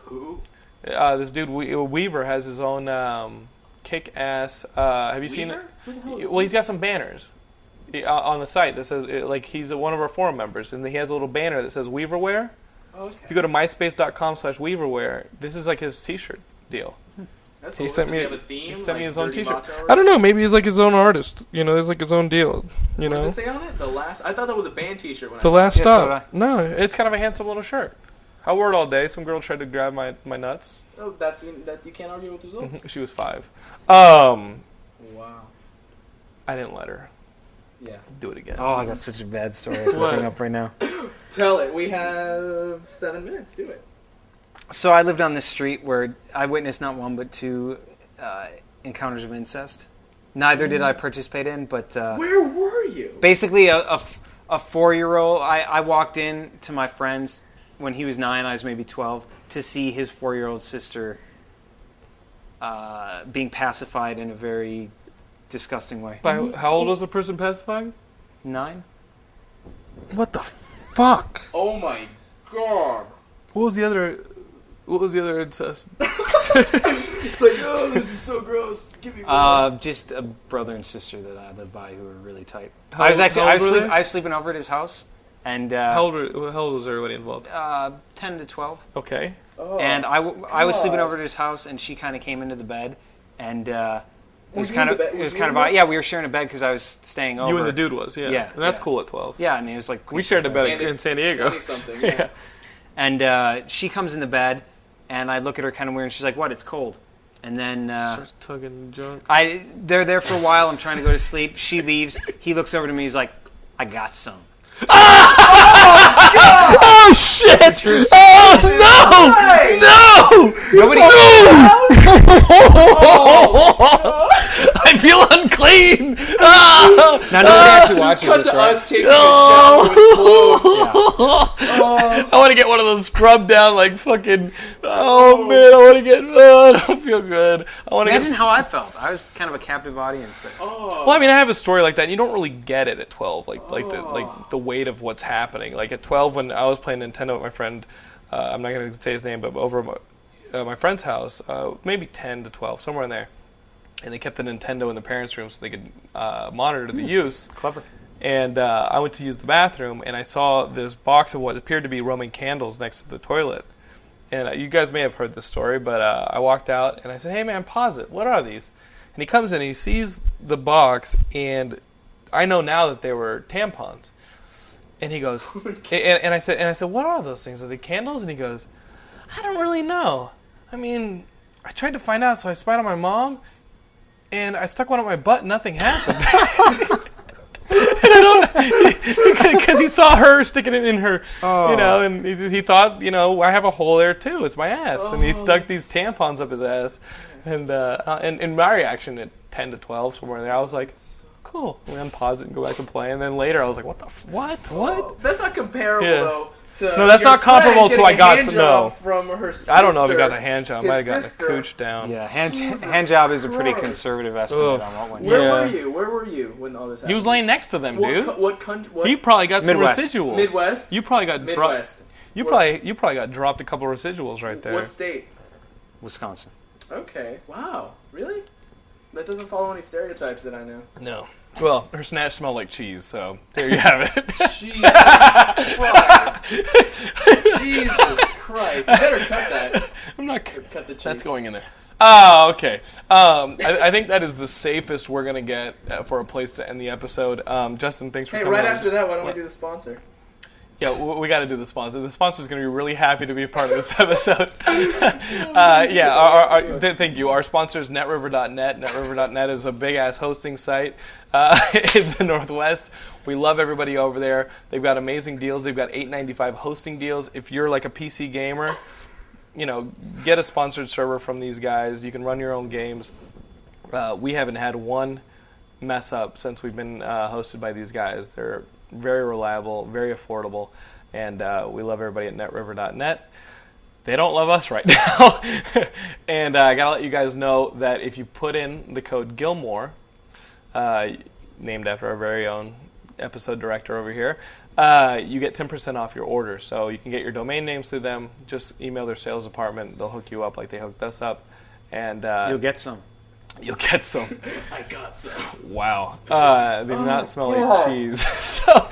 Who?
uh, this dude We- Weaver has his own um, kick-ass. Uh, have you seen it?
Weaver? Who the hell is
Well, he's got some banners uh, on the site that says uh, like he's one of our forum members, and he has a little banner that says Weaverware.
Oh, Okay.
If you go to myspace.com/weaverware, this is like his T-shirt deal.
That's
He
cool.
sent
Does
me.
He have a theme,
he sent me
like
his own
Dirty
T-shirt.
Motto or
I don't know. Maybe he's like his own artist. You know, there's like his own deal. You
What
know,
does it say on it? The last. I thought that was a band T-shirt. When I
the last
Yeah, so
stop. no, it's kind of a handsome little shirt. I wore it all day. Some girl tried to grab my, my nuts.
Oh, that's that you can't argue with results.
She was five. Um,
wow.
I didn't let her.
Yeah.
do it again.
Oh, I got such a bad story I'm looking up right now.
Tell it. We have seven minutes. Do it.
So I lived on this street where I witnessed not one but two uh, encounters of incest. Neither did
Mm.
I participate in, but uh,
Where were you?
basically a, a f- a four-year-old I, I walked in to my friends when he was nine i was maybe 12 to see his four-year-old sister uh, being pacified in a very disgusting way
By, how old was the person pacifying?
nine
What the fuck?
Oh my god.
What was the other? What was the other incest?
It's like, oh, this is so gross. Give me.
uh, just a brother and sister that i lived by who were really tight
How-
i was actually
how
I
old
was,
were
sleep,
they?
I was sleeping over at his house and uh,
How old? Were, how old was everybody involved?
uh, 10 to 12
Okay.
oh.
and I, w- I was sleeping
God.
over at his house, and she kind of came into the bed, and uh, it
Were
was
you
kind
in
of
the bed-
it
were
was
you
kind
in
of
the
odd.
bed?
yeah, we were sharing a bed because I was staying over.
You and the dude was yeah.
Yeah,
and that's
yeah.
cool at twelve.
Yeah, I mean it was like
We shared a bed in, in San Diego.
Something. Yeah.
And uh, she comes into bed, and I look at her kind of weird, and she's like, "What? It's cold." And then uh,
Starts tugging junk.
I they're there for a while. I'm trying to go to sleep. She leaves. He looks over to me. He's like, "I got some."
Oh shit! Oh no!
Nobody.
No! I feel unclean. Ah!
Now, no one actually
watches
Cut
this,
to
right?
us taking oh.
I want to get one of those scrub down, like fucking. Oh man, I want to get. Oh, I don't feel good. I want to
Imagine
get.
how I felt. I was kind of a captive audience there.
Oh,
well, I mean, I have a story like that. And you don't really get it at twelve, like like the like the weight of what's happening. Like at twelve, when I was playing Nintendo with my friend, uh, I'm not going to say his name, but over at my, uh, my friend's house, uh, maybe ten to twelve, somewhere in there, and they kept the Nintendo in the parents' room so they could uh, monitor the use. Clever. And uh, I went to use the bathroom, and I saw this box of what appeared to be Roman candles next to the toilet. And uh, you guys may have heard this story, but uh, I walked out and I said, "Hey, man, pause it. What are these?" And he comes in, and he sees the box, and I know now that they were tampons. And he goes, and, and I said, and I said, "What are those things? Are they candles?" And he goes, "I don't really know. I mean, I tried to find out, so I spied on my mom, and I stuck one up my butt. Nothing happened." because he saw her sticking it in her,
Oh.
you know, and he, he thought, you know, I have a hole there too. It's my ass, and
Oh.
he stuck these tampons up his ass, and uh, uh, and, and my reaction at ten to twelve somewhere in there, I was like, cool. We unpause it and go back and play, and then later I was like, what the f- what what?
That's not comparable
Yeah.
though. To
No, that's
your
not comparable
friend
to I
getting a
got
hand
some-
job
no.
from her. Sister.
I don't know if he got the hand job. I
His
might have gotten the
sister.
cooch down.
Yeah, hand, hand job is a pretty conservative estimate
Ugh.
on what went
Where
Yeah.
were you? Where were you when all this happened?
He was laying next to them,
What
dude.
co- what country? What
he probably got some
Midwest.
residual.
Midwest?
You probably got dropped.
Midwest.
You
What-
probably you probably got dropped a couple residuals right there.
What state?
Wisconsin.
Okay. Wow. Really? That doesn't follow any stereotypes that I know.
No. Well, her snatch smelled like cheese, so there you have it.
Jesus Christ. Jesus Christ. You better cut that.
I'm not.
Cut the cheese.
That's going in there. Oh, okay. Um, I, I think that is the safest we're gonna get uh, for a place to end the episode. Um, Justin, thanks for
Hey,
coming.
right
on.
after that, why don't
What?
we do the sponsor?
Yeah, we, we got to do the sponsor. The sponsor's going to be really happy to be a part of this episode. uh, yeah, our, our, our, th- thank you. Our sponsor is netriver.net. Netriver.net is a big ass hosting site uh, in the Northwest. We love everybody over there. They've got amazing deals. They've got 8.95 hosting deals. If you're like a PC gamer, you know, get a sponsored server from these guys. You can run your own games. Uh, we haven't had one mess up since we've been uh, hosted by these guys. They're very reliable, very affordable, and uh, we love everybody at netriver.net. They don't love us right now. and uh, I got to let you guys know that if you put in the code Gilmore, uh, named after our very own episode director over here, uh, you get 10% off your order. So you can get your domain names through them. Just email their sales department. They'll hook you up like they hooked us up. And uh,
You'll get some.
You'll get some.
I got some. Oh,
Wow. Uh, they do not smell like cheese. so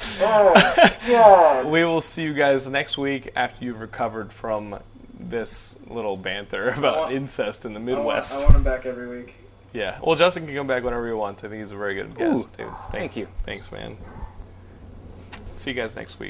we will see you guys next week after you've recovered from this little banter about
want-
incest in the
I want,
Midwest.
I want him back every week.
yeah. Well, Justin can come back whenever he wants. I think he's a very good guest, dude. Thanks.
you.
Thanks, man. See you guys next week.